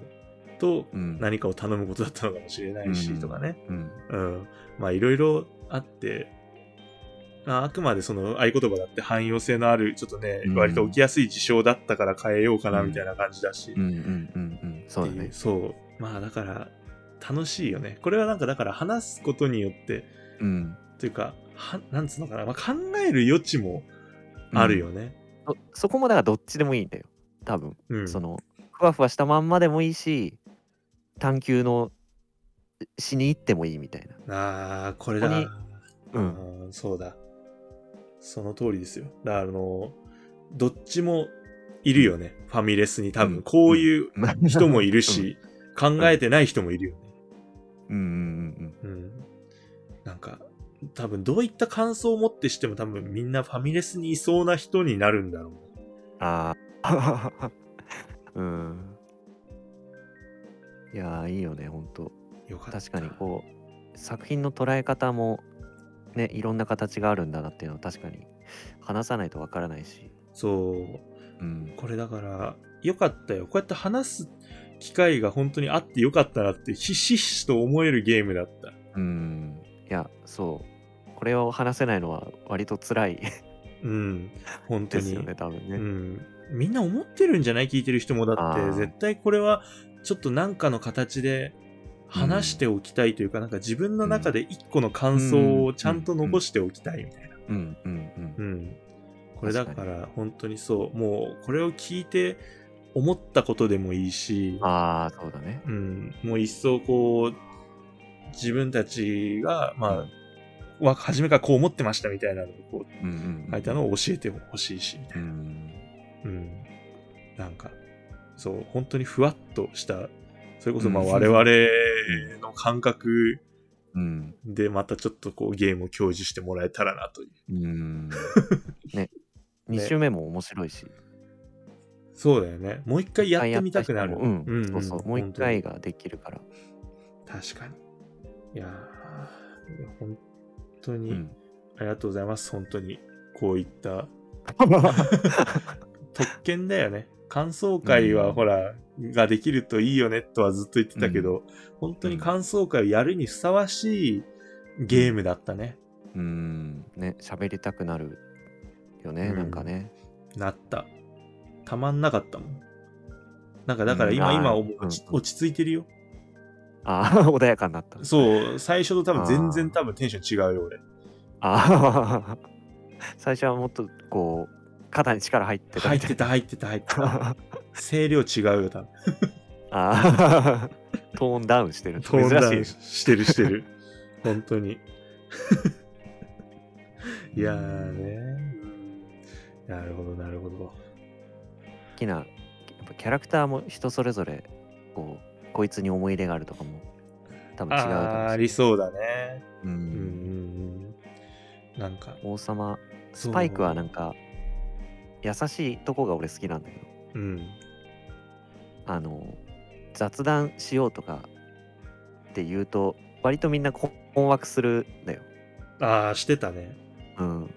S2: と
S3: うん
S2: 何かを頼むことだったのかもしれないしとかね
S3: うん
S2: うんまあいろいろあってああくまでその合言葉だって汎用性のあるちょっとね
S3: うん
S2: 割と起きやすい事象だったから変えようかなみたいな感じだし、
S3: うんうんうんうんそうだ
S2: ってい
S3: ね
S2: うそうまあだから楽しいよねこれはなんかだから話すことによって
S3: うん
S2: というかはなんつうのかな、まあ、考える余地もあるよね、
S3: そそこもだからどっちでもいいんだよ多分
S2: うん
S3: そのふわふわしたまんまでもいいし探求のしに行ってもいいみたい
S2: ああこれだ
S3: ここにな、うん、
S2: うんそうだその通りですよだからあのどっちもいるよね、ファミレスに多
S3: うん
S2: 分こういう
S3: [laughs]
S2: 人もいるし、考えてない人もいるよね、
S3: うんうん
S2: うん、なんか多分どういった感想を持ってしても多分みんなファミレスにいそうな人になるんだろう
S3: うんああ [laughs] うんいやーいいよねほんと
S2: よかった
S3: 確かにこう作品の捉え方もねいろんな形があるんだなっていうのは確かに話さないとわからないし、
S2: そう
S3: うん、
S2: これだから、よかったよ。こうやって話す機会が本当にあってよかったなって、ひしひしと思えるゲームだった。
S3: うんいやそうこれを話せないのは割と辛い
S2: うん。本当
S3: です
S2: に。
S3: よね多分
S2: う
S3: ね、
S2: ん。みんな思ってるんじゃない聞いてる人もだ
S3: あ
S2: って、
S3: ー
S2: 絶対これはちょっとなんかの形で話しておきたいというか、なんか自分の中で一個の感想をちゃんと残しておきたいみたいな。
S3: うんうんうん
S2: うん。これだか
S3: 確
S2: ら本当にそう、もうこれを聞いて思ったことでもいいし、
S3: ああそうだね
S2: うん、もう一層こう自分たちが、
S3: う
S2: ま
S3: ん
S2: あ、わ初めからこう思ってましたみたいなのをこう
S3: うんうんうん
S2: 書いたのを教えてほしいしみた
S3: う
S2: いな、
S3: ん
S2: うん、なんかそう本当にふわっとしたそれこそまあ
S3: うん
S2: 我々の感覚
S3: うん
S2: でまたちょっとこうゲームを享受してもらえたらなという
S3: うん
S2: [laughs]
S3: ね2週目も面白いし
S2: そうだよねもう一回やってみたくなる
S3: 一回やった人もうんそうそうもう一回ができるから
S2: 確かにいやーいや本当
S3: う
S2: に、
S3: ん
S2: ありがとうございます、本当に。こういった [laughs] 特権だよね。感想会
S3: う
S2: は、
S3: ん
S2: ほら、ができるといいよねとはずっと言ってたけど、本当に感想会をやるにふさわしいゲームだったね。
S3: うんね喋りたくなるよね
S2: うん
S3: なんかね
S2: なった。たまんなかったもん。なんかだから
S3: う
S2: 今、
S3: ん
S2: 今
S3: あー
S2: 思う
S3: うん
S2: 落ち落ち着いてるよ。
S3: ああ穏やかになった
S2: そう、最初と多分全
S3: あ
S2: 然
S3: ー
S2: 多分テンション違うよ、俺。
S3: ああ [laughs] 最初はもっとこう肩に力入ってた
S2: 入
S3: み
S2: ったて
S3: い
S2: た、入ってた、入
S3: [laughs]
S2: って
S3: な
S2: た。
S3: あ
S2: 声量違うよ、多分。
S3: あトーンダウンしてる
S2: トーンダウ
S3: 珍
S2: ン
S3: しい
S2: してるしてる。 [laughs] 本当 [laughs] に。いやーね。なるほど、なるほど。
S3: 好きなやっぱキャラクターも人それぞれこうこいつに思い入れがあるとかも多分違うと思うし
S2: あーありそうだね。
S3: う
S2: うんなんか
S3: 王様
S2: ス
S3: スパイクはなんか優しいとこが俺好きなんだけど
S2: うん
S3: あの雑談しようとかって言うと割とみんな困惑するんだよ、
S2: ああしてたね
S3: うん、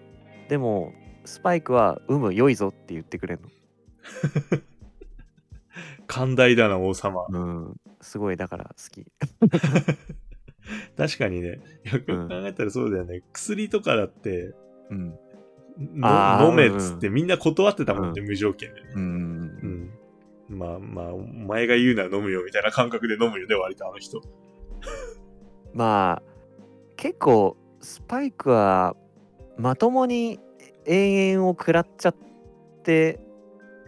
S3: でもスパイクは「うむ良いぞ」って言ってくれる
S2: 寛大だな王様
S3: の、うん、すごいだから好き
S2: 確かにねよくよく考えたらそうだよね、薬とかだって
S3: うんあー
S2: の飲めっつってみんな断ってたもんね、無条件でね
S3: うん
S2: うんまあまあお前が言うなら飲むよみたいな感覚で飲むよね割とあの人
S3: まあ結構スパイクはまともに永遠を食らっちゃって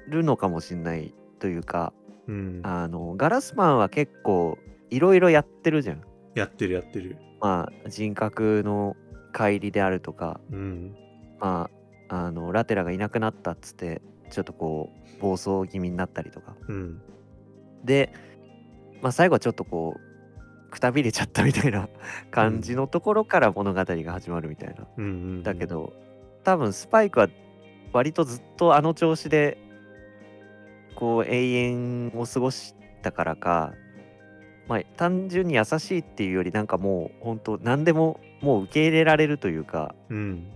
S3: るのかもしんないというか
S2: うん
S3: あのガラスマンは結構いろいろやってるじゃん。
S2: やってるやってる
S3: まあ人格の乖離であるとか、
S2: うん
S3: まあ、あのラテラがいなくなったっつってちょっとこう暴走気味になったりとか
S2: うん
S3: で、まあ、最後はちょっとこうくたびれちゃったみたいな感じのところから物語が始まるみたいな。
S2: うんうん
S3: だけど多分スパイクは割とずっとあの調子でこう永遠を過ごしたからか、まあ、単純に優しいっていうよりなんかもう本当何でももう受け入れられるというか
S2: うん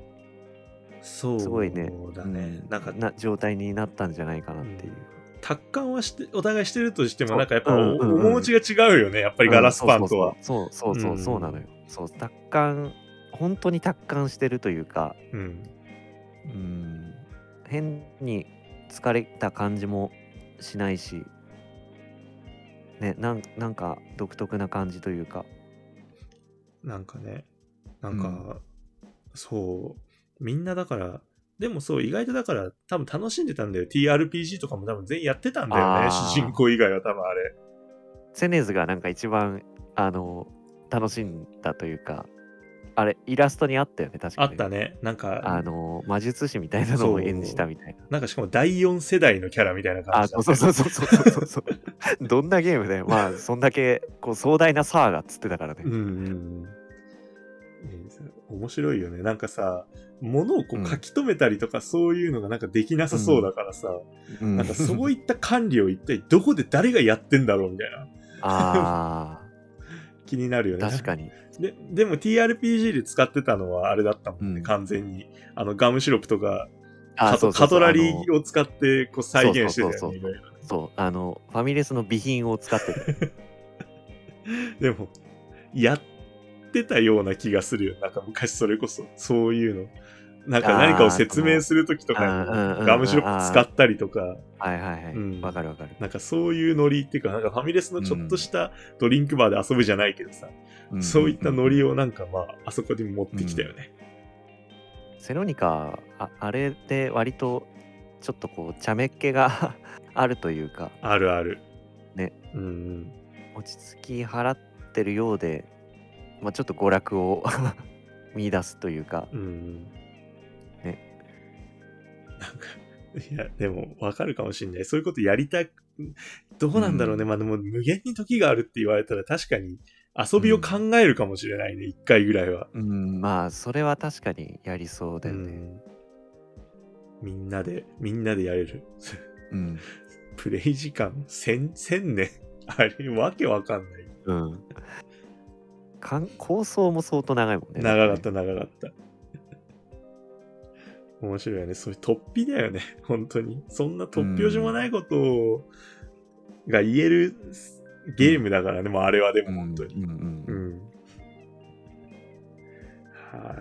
S2: そう
S3: すごいね
S2: だね、
S3: うん
S2: なんか
S3: な状態になったんじゃないかなっていう。
S2: 達観はしてお互いしてるとして
S3: そ
S2: も
S3: う
S2: なんかやっぱお
S3: うんうんうん
S2: 面持ちが違うよねやっぱりガラスパンとは
S3: うんそうそうそうそうそうそうそうなのよ。そう達観本当に達観してるというか
S2: うん
S3: うん変に疲れた感じもしないし、ね、なんなんか独特な感じというか、
S2: なんかねなん
S3: う
S2: かそうみんなだからでもそう意外とだから多分楽しんでたんだよ TRPG とかも多分全員やってたんだよ
S3: あ
S2: ね
S3: ー
S2: 主人公以外は多分あれ
S3: セネズがなんか一番あの楽しんだというか、あれ、イラストにあったよね、確か
S2: あ
S3: に。
S2: ったねなん
S3: あ
S2: か
S3: の魔術師みたいなのを演じたみたいな。
S2: なんかしかも第4世代のキャラみたいな感
S3: あ、
S2: じだ
S3: そ
S2: っ
S3: う
S2: た
S3: そう
S2: よね
S3: そうそうそうそうそう。 [laughs] どんなゲームだよ。まあ、そんだけこう壮大なサーガっつってたからね。
S2: うんうんうんいいですね面白いよねなんかさ物をこ
S3: うん
S2: う書き留めたりとかそういうのがなんかできなさそうだからさ、
S3: うん
S2: なんかそういった管理を一体どこで誰がやってんだろうみたいな
S3: あ
S2: 気になるよ [laughs]
S3: あ、
S2: ね
S3: 確かに。
S2: ででも TRPG で使ってたのはあれだったもんね、
S3: うん
S2: 完全にあのガムシロップとか
S3: あ
S2: カ
S3: そ
S2: ト
S3: うそ
S2: カ
S3: うそう
S2: トラリ
S3: あの
S2: ーを使ってこう再現してたよね
S3: そうそ
S2: い
S3: うそうそう
S2: ろいろ
S3: そう、あの、ファミレスの備品を使って
S2: [laughs]
S3: て。
S2: でもやってたような気がするよなんか昔それこそそういうのなんか
S3: あー
S2: 何かを説明するときとか
S3: そのうんうんうん
S2: にガムシロップ使ったりとか
S3: はいはいはい。わ、
S2: うん
S3: かるわかる。
S2: なんかそういうノリっていうかなんかファミレスのちょっとしたドリンクバーで遊ぶじゃないけどさ、
S3: ん
S2: そういったノリ
S3: を。
S2: をなんかまああそこに持ってきたよね、
S3: セロニカ、ああれで割と、ちょっとこう、茶目っ気が [laughs] あるというか、
S2: あるある
S3: ね
S2: うんうん
S3: 落ち着き払ってるようで、まあ、ちょっと娯楽を [laughs] 見出すというか、
S2: うんうん
S3: ね
S2: なんかいやでもわかるかもしんないそういうことやりたくどうなんだろうね、
S3: うん
S2: まあでも無限に時があるって言われたら確かに遊びを考えるかもしれないね、一回ぐらいは、
S3: うん、まあ、それは確かにやりそうだよ
S2: う
S3: ね。
S2: んみんなでみんなでやれる
S3: うん。
S2: プレイ時間千千年あれわけわかんない
S3: うん。 [laughs] かん構想も相当長いもんね。
S2: 長かった長かった面白いよねそういう突飛だよね [laughs] 本当にそんな突拍子もないことをが言えるゲームだからね、もうあれはで
S3: う
S2: も
S3: ん。
S2: 本当に
S3: うんうん
S2: う
S3: うん
S2: ん、
S3: [laughs]
S2: は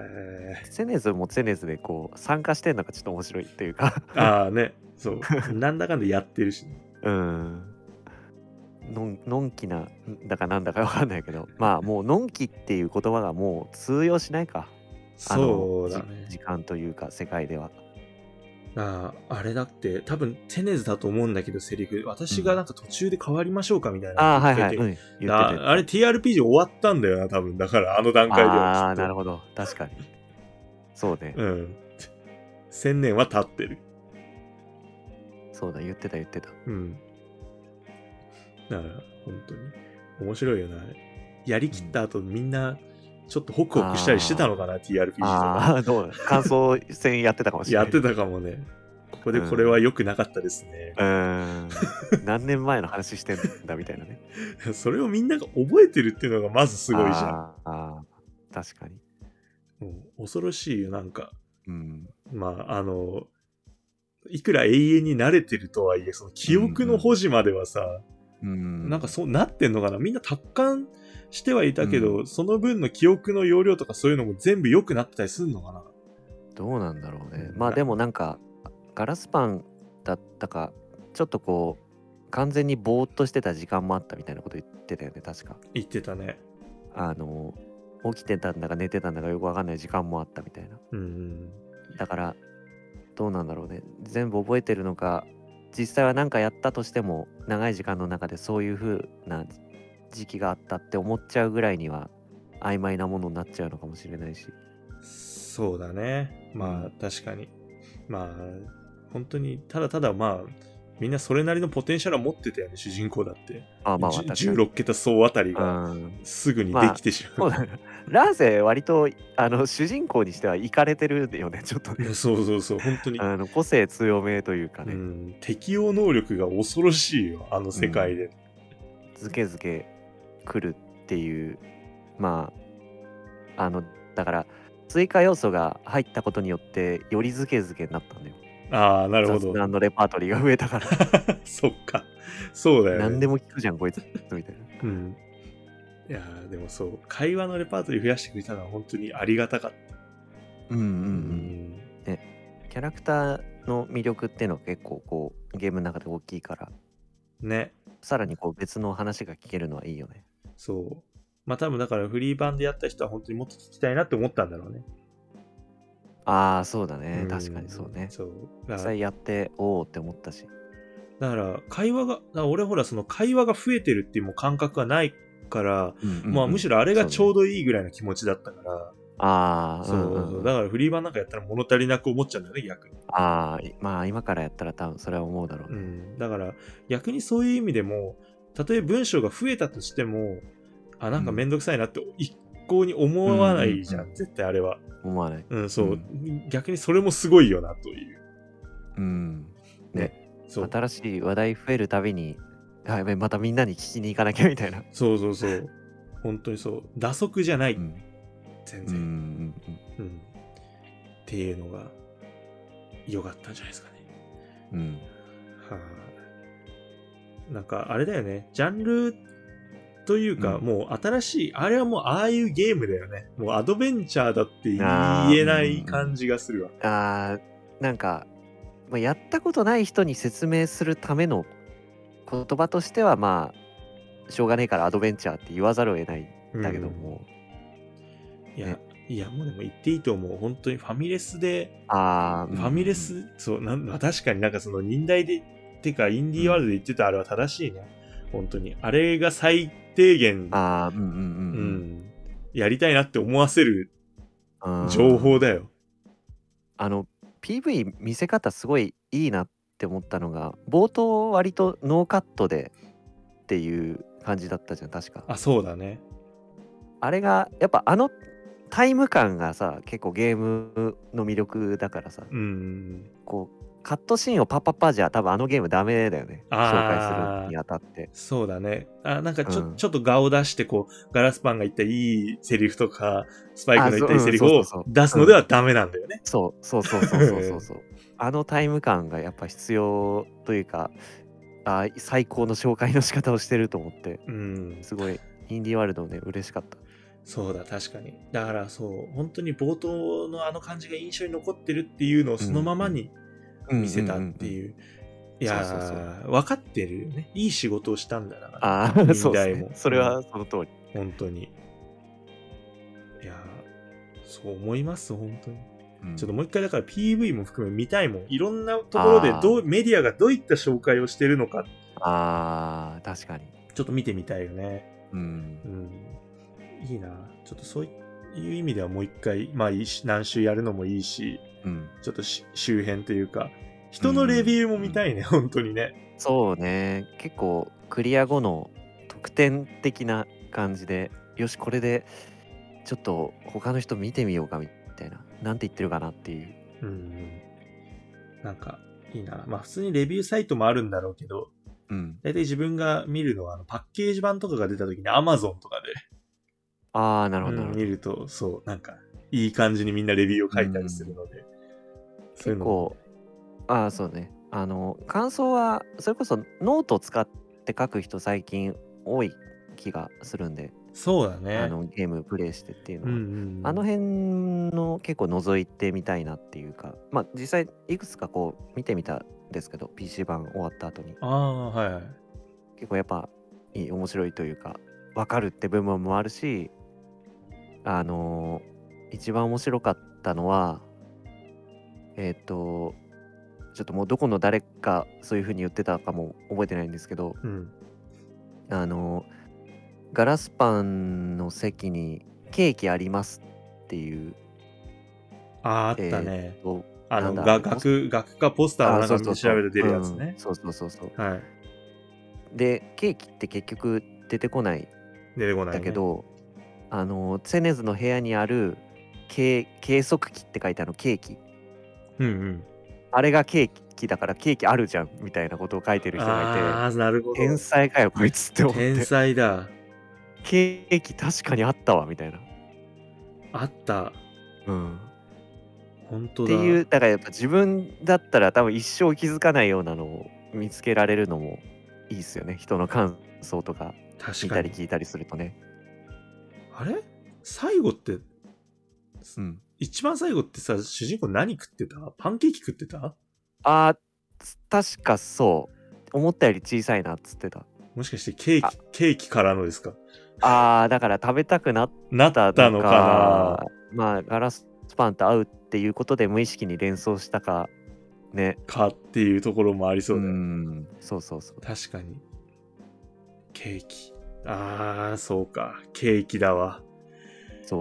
S2: い
S3: セネズもセネズでこう参加してんのがちょっと面白いっていうか [laughs]
S2: ああねそうなんだかんだやってるしね、
S3: うんのんのんきなんだかなんだかわかんないけどまあもうのんきっていう言葉がもう通用しないかあの
S2: そうだね
S3: じ時間というか世界では
S2: あああれだって多分テネズだと思うんだけどセリフ私がなんか途中で変わりましょうかみたいな
S3: ああ
S2: の
S3: は
S2: 言っ
S3: い
S2: てて、
S3: はい、うん、言ってて
S2: ああれ TRPG 終わったんだよな多分だからあの段階ではきっ
S3: あ
S2: と
S3: あなるほど確かにそうね、
S2: うん。千年は経ってる。
S3: そうだ言ってた言ってた
S2: うん。だから、本当に。面白いよな。やりきった後、みんな、ちょっとホクホクしたりしてたのかな TRPG とか
S3: ああ、どう感想戦やってたかもしれ
S2: や
S3: な
S2: っ
S3: い。
S2: てたかもねここでこれは良くなかったですね、
S3: うーん。何年前の話してんだみたいなね。
S2: それをみんなが覚えてるっていうのがまず [laughs] すごいじゃん
S3: あーあー、確かに。
S2: もう恐ろしいよなんか
S3: うん。
S2: まああのいくら永遠に慣れてるとはいえその記憶の保持まではさ、
S3: うん。
S2: なんかそうなってんのかなみんな達観してはいたけど、その分の記憶の容量とかそういうのも全部良くなってたりするのかな
S3: どうなんだろうね
S2: う。ん
S3: まあでもなんかガラスパンだったかちょっとこう完全にぼーっとしてた時間もあったみたいなこと言ってたよね確か。
S2: 言ってたね。
S3: あの起きてたんだか寝てたんだかよくわかんない時間もあったみたいな。
S2: うん。
S3: だからどうなんだろうね。全部覚えてるのか実際は何かやったとしても長い時間の中でそういう風な時期があったって思っちゃうぐらいには曖昧なものになっちゃうのかもしれないし。
S2: そうだね。まあ確かに。まあ本当にただただまあみんなそれなりのポテンシャルは持ってたよね主人公だって。
S3: あまあ
S2: じゅ
S3: 私。
S2: 16桁総あたり
S3: う
S2: が
S3: ん
S2: すぐにできてしま。。
S3: そううだね。ラーセ割とあの主人公にしてはイかれてるよねちょっとね
S2: [laughs] そうそうそう本当に。
S3: あの個性強めというか
S2: う
S3: ね、
S2: ん、適応能力が恐ろしいよあの世界で、
S3: ずけずけ来るっていうまああのだから追加要素が入ったことによってよりずけずけになったんだよ。
S2: ああなるほど
S3: 雑談のレパートリーが増えたから、
S2: [laughs] そっかそうだよね
S3: 何でも聞くじゃんこいつみたいな。
S2: うん。いやーでもそう、会話のレパートリー増やしてくれたのは本当にありがたかった。
S3: うんうん
S2: うん。
S3: キャラクターの魅力っていうのは結構こうゲームの中で大きいから
S2: ね。
S3: さらにこう別の話が聞けるのはいいよね。
S2: そう。まあ多分だからフリー版でやった人は本当にもっと聞きたいなって思ったんだろうね。
S3: ああそうだね
S2: ん
S3: 確かにそうね。
S2: そう。だか
S3: 実
S2: ら
S3: 際やっておおって思ったし
S2: だから会話が、だから俺ほらその会話が増えてるっていうもう感覚がないから、まあむし
S3: ろ
S2: ろあれがちょうどいいぐらいの気持ちだったから、
S3: ああ
S2: そうそうだからフリー版なんかやったら物足りなく思っちゃうんだよね、逆に。
S3: ああいまあ今からやったら多分それは思うだろう
S2: う
S3: ね
S2: ん、だから逆にそういう意味でもたとえ文章が増えたとしてもあなんかめんどくさいなって一向に思わないじゃん、
S3: うんうん
S2: 絶対あれは、
S3: 思わない
S2: うんそう
S3: う
S2: 逆にそれもすごいよなという
S3: うん
S2: そう
S3: 新しい話題増えるたびにあや [laughs] べまたみんなに聞きに行かなきゃみたいな
S2: そうそうそう本当にそう打足じゃない、
S3: うん
S2: 全
S3: うんう
S2: 然、
S3: ん
S2: うんっていうのが良かったんじゃないですかね
S3: うんうん
S2: はあ、なんかあれだよねジャンルというか、
S3: うん
S2: もう新しいあれはもうああいうゲームだよねもうアドベンチャーだって言
S3: あー
S2: えない感じがするわ
S3: あーなんか、まあ、やったことない人に説明するための言葉としてはまあしょうがねえからアドベンチャーって言わざるを得ないんだけども、
S2: いや
S3: ね
S2: いやもうでも言っていいと思う本当にファミレスで
S3: ああ
S2: ファミレス、そうなんまあ確かになんかその忍耐でてかインディーワールドで言ってたあれは正しいね本当にあれが最低限
S3: ああうんうん
S2: う
S3: うんうん
S2: ん、やりたいなって思わせる
S3: あー
S2: 情報だよ、
S3: あの PV 見せ方すごいいいなって思ったのが冒頭割とノーカットでっていう感じだったじゃん確かあ
S2: あそうだね
S3: れがやっぱあのタイム感がさ結構ゲームの魅力だからさ
S2: うん
S3: こうカットシーンをパッパッパじゃ多分あのゲームダメだよね
S2: あー
S3: 紹介するにあたって
S2: そうだね。あ、なんかちょ,、
S3: うん
S2: ちょっと顔を出して、こう、ガラスパンが言ったいいセリフとか、スパイクの言ったいい
S3: あそう
S2: セリフ
S3: うん
S2: を
S3: そうそうそう
S2: 出すのではダメなんだよね。
S3: そうそうそうそうそうそうそうあのタイム感がやっぱ必要というかあー最高の紹介の仕方をしてると思って
S2: うん。
S3: すごいインディーワールドね嬉しかった
S2: そうだ、確かに。だからそう、本当に冒頭のあの感じが印象に残ってるっていうのをそのままに見せたっていう。いや
S3: そうそう
S2: ー、分かってるよね。いい仕事をしたんだな。
S3: あ
S2: 近代
S3: あ、
S2: も
S3: そうですね。それはその通り。
S2: 本当に。いやー、そう思います、本当に。ちょっともう一回だから PV も含め見たいもん。いろんなところでどうメディアがどういった紹介をしてるのか、
S3: ああ、確かに。
S2: ちょっと見てみたいよね。
S3: うん
S2: う。ん。いいな。ちょっとそういう意味ではもう一回、まあいいし何週やるのもいいし、
S3: うん、
S2: ちょっとし周辺というか、人のレビューも見たいね、本当にね。
S3: そうね。結構、クリア後の特典的な感じで、よし、これでちょっと他の人見てみようかみたいななんて言ってるかなっていう
S2: うん。なんか、いいな。まあ、普通にレビューサイトもあるんだろうけど、
S3: うん
S2: 大体自分が見るのは、あのパッケージ版とかが出た時に Amazon とかで、
S3: ああなるほどな
S2: うん
S3: るほ
S2: 見
S3: ど、
S2: ると、そう、なんか、いい感じにみんなレビューを書いたりするので、そうい
S3: 結
S2: うの
S3: 構ああそうねあの感想はそれこそノート使って書く人最近多い気がするんで、
S2: そうだね。
S3: あのゲームプレイしてっていうの
S2: う
S3: は、
S2: んうんうん、
S3: あの辺の結構覗いてみたいなっていうかまあ実際いくつかこう見てみたんですけど PC 版終わった後に
S2: ああ、はいはい。
S3: 結構やっぱいい面白いというか分かるって部分もあるしあのー一番面白かったのはえっ、とちょっともうどこの誰かそういう風に言ってたかも覚えてないんですけど
S2: うん。
S3: あのーガラスパンの席にケーキありますっていう
S2: ああ、あったね。
S3: と
S2: あ
S3: なん
S2: の、
S3: だ
S2: が学、学科ポスターの
S3: あそ
S2: 中
S3: うそう
S2: で
S3: そう
S2: 調べて出るやつね
S3: うん。そうそうそうそう
S2: はい。
S3: でケーキって結局出てこない
S2: 出てこない、ね。
S3: だけ、ど、あのツェネズの部屋にある計計測器って書いてあるケーキ
S2: うん
S3: あれがケーキだからケーキあるじゃんみたいなことを書いて
S2: う
S3: る
S2: ん。
S3: 人が
S2: ああ、なるほど
S3: いて。天才かよこいつって思って
S2: 天才だ。
S3: ケーキ確かにあったわみたいな、
S2: あった。
S3: うん、
S2: 本当
S3: っ
S2: だ。
S3: ていうだからやっぱ自分だったら多分一生気づかないようなのを見つけられるのもいいっすよね人の感想とか
S2: 確
S3: 見
S2: か
S3: たり
S2: に。
S3: 聞いたりするとね、
S2: あれ最後って、
S3: うん、
S2: 一番最後ってさ、主人公何食ってたパンケーキ食ってた
S3: あー確かそう思ったより小さいなっつってた
S2: もしかしてケー
S3: あ
S2: キ、ケーキからのですか
S3: あーだから食べたくなっ
S2: なったた
S3: の
S2: の
S3: か
S2: か
S3: まあガラスパンと合うっていうことで無意識に連想したかね
S2: なかっていうところもありそうだよね。
S3: んそうそうそう
S2: 確かに。ケーキ。ああ、そうか。ケーキだわ。
S3: そう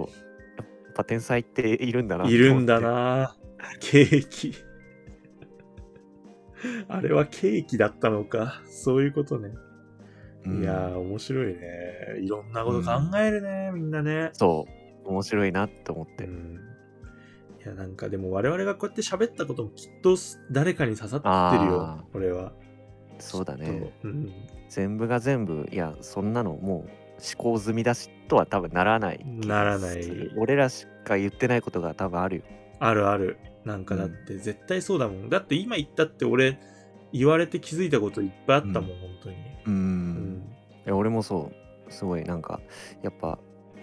S3: やっぱ天才っているんだなと思
S2: い
S3: って
S2: るんだな。ケーキ。 [laughs] あれはケーキだったのか。そういうことね。
S3: うん
S2: いやー、面白いね。いろんなこと考えるね、みんなね。
S3: そう面白いなって思っ
S2: う
S3: て、
S2: ん。いや、なんかでも我々がこうやって喋ったこともきっと誰かに刺さってる
S3: あ
S2: よ、これは。
S3: そうだ
S2: きっ
S3: ね
S2: と。うん。
S3: 全部が全部いやそんなのもう思考済みだしとは多分ならない気がする
S2: ならない
S3: 俺らしか言ってないことが多分あるよ
S2: あるある。なんかだって絶対そうだもん。だって今言ったって俺、言われて気づいたこといっぱいあったもん、本当に。う
S3: う
S2: ん。
S3: いや俺もそうすごいなんかやっぱ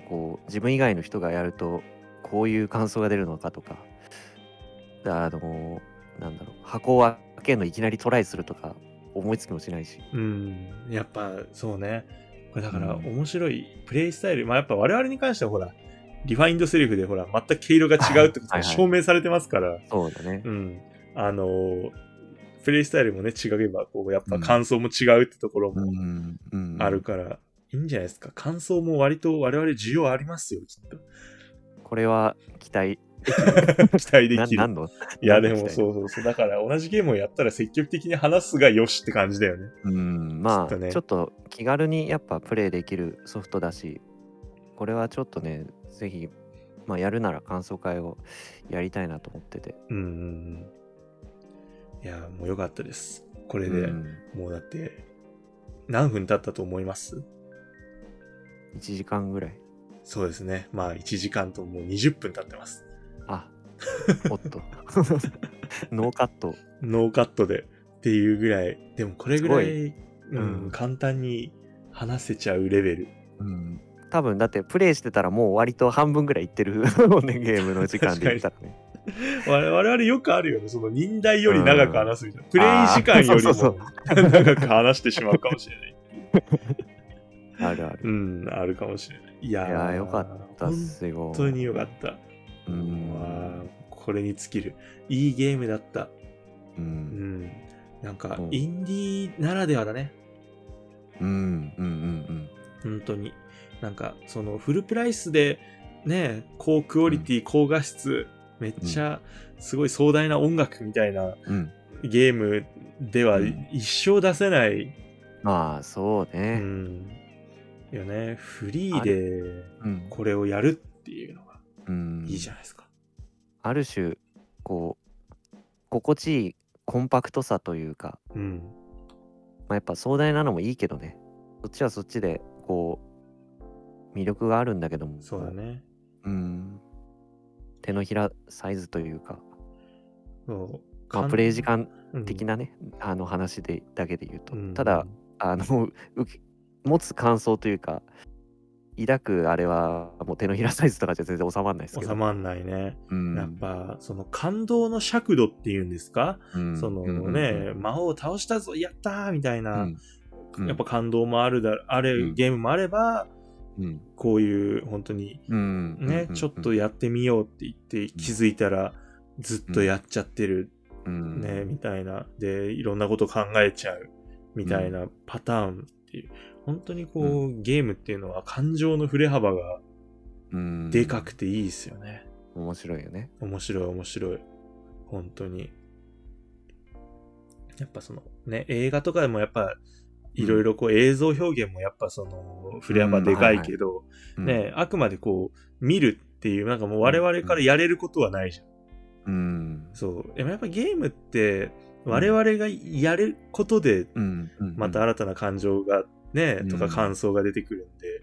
S3: こう自分以外の人がやるとこういう感想が出るのかとかあのなんだろう箱を開けんのいきなりトライするとか思いつきもしないし
S2: うん、やっぱそうね。これだから
S3: うん
S2: 面白いプレイスタイル、まあやっぱ我々に関してはほら、リファインドセリフでほら、全く毛色が違うってこと
S3: は
S2: が
S3: いはい
S2: 証明されてますから、
S3: そうだね
S2: うん。あのープレイスタイルもね、違えば、こう、やっぱ感想も違うってところも
S3: ん、うん
S2: あるから、いいんじゃないですか。感想も割と我々需要ありますよ、きっ
S3: [laughs]
S2: と。
S3: これは期待
S2: 期待で
S3: な
S2: きる
S3: な。んの
S2: いや、
S3: な
S2: で
S3: ん
S2: も
S3: 期待
S2: そうそうそう。だから同じゲームをやったら積極的に話すがよしって感じだよね。
S3: うんま
S2: きっと
S3: あ
S2: ね
S3: ちょっと気軽にやっぱプレイできるソフトだしこれはちょっとねぜひ、まあ、やるなら感想会をやりたいなと思ってて
S2: うんうんうん。いや、もう良かったです。これで、
S3: うん
S2: もうだって、何分経ったと思います
S3: 1時間ぐらい
S2: そうですね。まあ、1時間ともう20分経ってます。
S3: [laughs] あおっと [laughs] ノーカット
S2: ノーカットでっていうぐらい、でもこれぐらい、
S3: す
S2: うん
S3: うん
S2: 簡単に話せちゃうレベル。
S3: うん多分だってプレイしてたらもう割と半分ぐらいいってる [laughs] もんねゲームの時間で言ったらね
S2: 我我々よくあるよね。その人代より長く話すみたいな。プレイ時間より
S3: あーそう
S2: も [laughs] 長く話してしまうかもしれない。
S3: あるある
S2: うん、あるかもしれない。いや
S3: いやーよかったっすよ
S2: 本当によかった。
S3: う
S2: わあ
S3: ん、
S2: これに尽きる。いいゲームだった。
S3: う
S2: うんん。なんか
S3: う、ん
S2: インディーならではだね。
S3: うんうんうん
S2: 本当に。なんか、その、フルプライスで、ね、高クオリティ、高画質、めっちゃ、すごい壮大な音楽みたいな
S3: うんうん
S2: ゲームでは
S3: うん
S2: 一生出せない。
S3: まあそ
S2: う
S3: うね
S2: ん。よね。フリーで、
S3: うん
S2: これをやるっていいじゃないですか。
S3: ある種こう心地いいコンパクトさというか、
S2: うん。
S3: まあ、やっぱ壮大なのもいいけどねそっちはそっちでこう魅力があるんだけども
S2: そうだね。
S3: うん手のひらサイズというか、
S2: そう
S3: まあ、プレイ時間的
S2: な
S3: なね、あの話でだけで言うと、た
S2: う
S3: だ
S2: ん
S3: あの [laughs] 受け持つ感想というか抱くあれはもう手のひらサイズとかじゃ全然収まらないですけど
S2: 収まんないね。
S3: うん
S2: やっぱ、その感動の尺度っていうんですか、
S3: うん
S2: その
S3: うんうんうん
S2: ね、魔王を倒したぞ、やったーみたいな、
S3: うんうん
S2: やっぱ感動もあるだ、あ
S3: う
S2: る
S3: ん
S2: ゲームもあれば、
S3: うん
S2: こういう本当に
S3: うんうん
S2: ね、ちょっとやってみようって言って気づいたら、ずっとやっちゃってる
S3: うん
S2: ね、みたいな。で、いろんなこと考えちゃう、みたいなパターンっていう。本当にこう、ゲームっていうのは感情の振れ幅が
S3: うん
S2: でかくていいですよね。
S3: 面白いよね
S2: 面白い、面白い。本当に。やっぱその、ね、映画とかでもやっぱ、いろいろこう映像表現もやっぱその、振れ幅でかいけど、ね、あくまでこう、見るっていう、なんかもう我々からやれることはないじゃん。
S3: うん
S2: そう。でもやっぱゲームって、我々がやることで
S3: うん
S2: また新たな感情がね、
S3: うん
S2: とか感想が出てくるんで、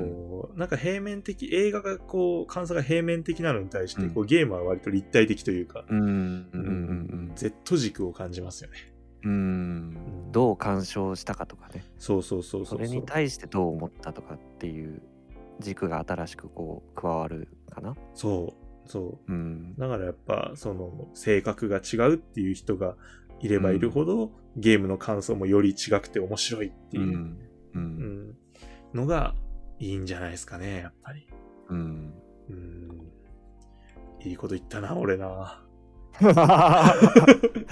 S3: うん
S2: こうなんか平面的映画がこう感想が平面的なのに対して、
S3: うん
S2: こうゲームは割と立体的というか、
S3: うんうんうんうん
S2: Z 軸を感じますよね
S3: うんどう鑑賞したかとかね
S2: そうそうそうそ
S3: そうれ
S2: そ
S3: に
S2: う
S3: 対してどう思ったとかっていう軸が新しくこう加わるかな
S2: そうそう
S3: うん
S2: だからやっぱその性格が違うっていう人がいればいるほど、ゲームの感想もより違くて面白いっていう、
S3: う
S2: うんんのがいいんじゃないですかねやっぱり
S3: うん
S2: うんいいこと言ったな俺
S3: [laughs]
S2: な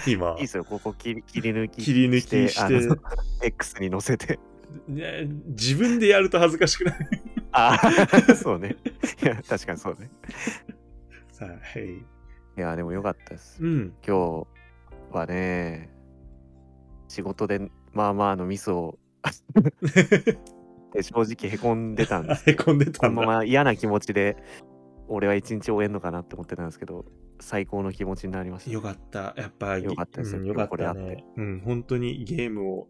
S3: い
S2: 今
S3: [laughs] いですよここ切り切り抜き
S2: 切り抜きして
S3: あの X に載せて
S2: ね、自分でやると恥ずかしくない
S3: ああそうねいや確かにそうね
S2: さあはい
S3: いやでもよかったです
S2: うん
S3: 今日はね仕事でまあまあのミスをで正直へこんでたんです
S2: へこんで
S3: こ
S2: たん
S3: の
S2: だ、
S3: まま嫌な気持ちで俺は一日終えんのかなって思ってたんですけど最高の気持ちになりました
S2: よかったやっぱ
S3: よかったです
S2: う
S3: よ
S2: ん、よかった
S3: 今日これあ
S2: ねうん本当にゲームを、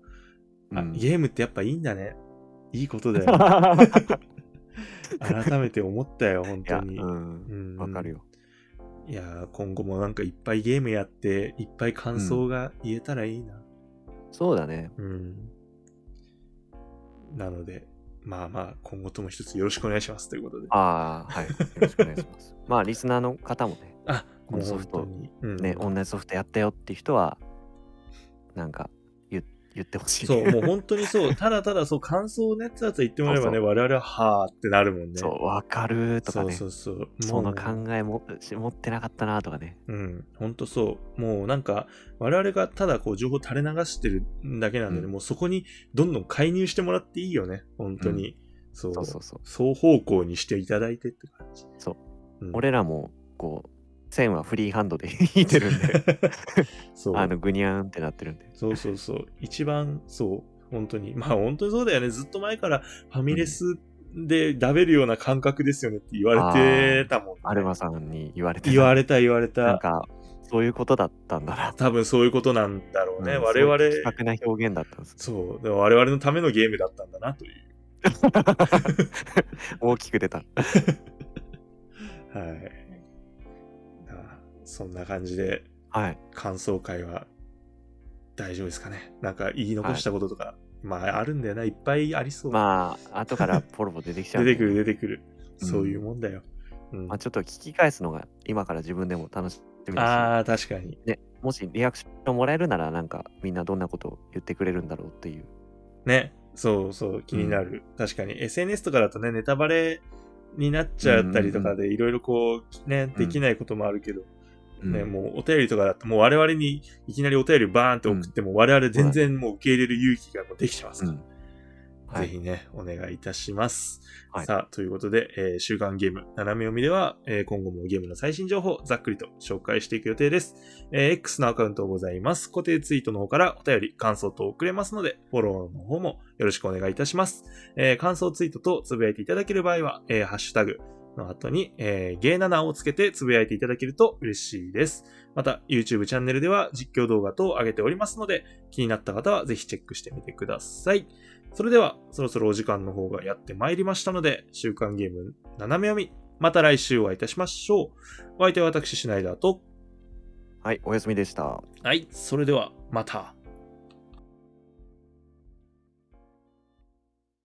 S2: あ
S3: うん
S2: ゲームってやっぱいいんだねいいこと
S3: [laughs]
S2: だよ改めて思ったよ本
S3: いや
S2: 当
S3: う
S2: に
S3: ん
S2: うん
S3: わかるよ
S2: いやー今後もなんかいっぱいゲームやっていっぱい感想が言えたらいいな
S3: そうだね
S2: うん、なのでまあまあ今後とも一つよろしくお願いしますということで
S3: ああはいよろしくお願いし
S2: [laughs]
S3: ますまあリスナーの方もね
S2: あ
S3: このソフト
S2: もう本当に、うん
S3: ね同じソフトやったよっていう人はなんか言言ってほしい
S2: そう、もう本当にそう、ただただそう、感想をね、つらつら言ってもらえばね、
S3: そう
S2: 我々ははーってなるもんね。
S3: [laughs] そうわかるとかね
S2: そうそうそう。
S3: そ
S2: も
S3: の
S2: う
S3: 考えもし持ってなかったなとかね。
S2: うん、本当そう。もうなんか、我々がただこう、情報垂れ流してるだけなんでね、
S3: うん
S2: もうそこにどんどん介入してもらっていいよね、本当に。そう
S3: そうそうそう。
S2: 双方向にしていただいてって感じ。
S3: そう
S2: うん。
S3: 俺ら [laughs] もこう線はフリーハンドで引いてる
S2: [laughs]
S3: んで
S2: [laughs] そう。
S3: あのグニャーンってなってるんで。
S2: そうそうそう。一番、そう、本当
S3: [laughs]
S2: に。まあ本当にそうだよね。ずっと前からファミレスで食べるような感覚ですよねって言われてたもん、ね。
S3: アルマさんに言われて
S2: 言われた言われ
S3: な
S2: た。
S3: んかそういうことだったんだな。
S2: 多分そういうことなんだろうね。
S3: うん
S2: 我々、
S3: そういう的確な表現だっ
S2: [laughs]
S3: たんです。
S2: そう、でも我々のためのゲームだったんだなという。
S3: 大きく出た。
S2: はい。あそんな感じで、
S3: はい。
S2: 感想会は大丈夫ですかね。なんか言い残したこととか、まああるんだよな。いっぱいありそう。
S3: まあ後からポロポロ出てきちゃう
S2: 出
S3: んで。
S2: てくる出てくる。
S3: うん
S2: そういうもんだよ。うん
S3: まあちょっと聞き返すのが今から自分でも楽しみだ
S2: ああ、確かに。
S3: し、もしリアクションもらえるならなんかみんなどんなことを言ってくれるんだろうっていう。
S2: ね。そうそう、気になる。確かに。SNS とかだとね、ネタバレになっちゃったりとかで、いろいろこう、ね、できないこともあるけど、ね、
S3: うん
S2: もうお便りとかだと、もう我々にいきなりお便りバーンって送っても、我々全然もう受け入れる勇気がもうできてます
S3: う
S2: から、
S3: ん。は
S2: ぜ
S3: い。
S2: ひね、お願いいたします。
S3: はい
S2: さあ、ということで、えー週刊ゲーム、斜め読みでは、えー今後もゲームの最新情報をざっくりと紹介していく予定です。えー X のアカウントございます。固定ツイートの方からお便り、感想等送れますので、フォローの方もよろしくお願いいたします。えー感想ツイートとつぶやいていただける場合は、えーハッシュタグ、の後に、えー、ゲーナナをつけてつぶやいていただけると嬉しいです。また、YouTube チャンネルでは実況動画等を上げておりますので、気になった方はぜひチェックしてみてください。それでは、そろそろお時間の方がやってまいりましたので、週刊ゲーム斜め読み、また来週お会いいたしましょう。お相手は私、シュナイダーと、
S3: はい、おやすみでした。
S2: はい、それではまた。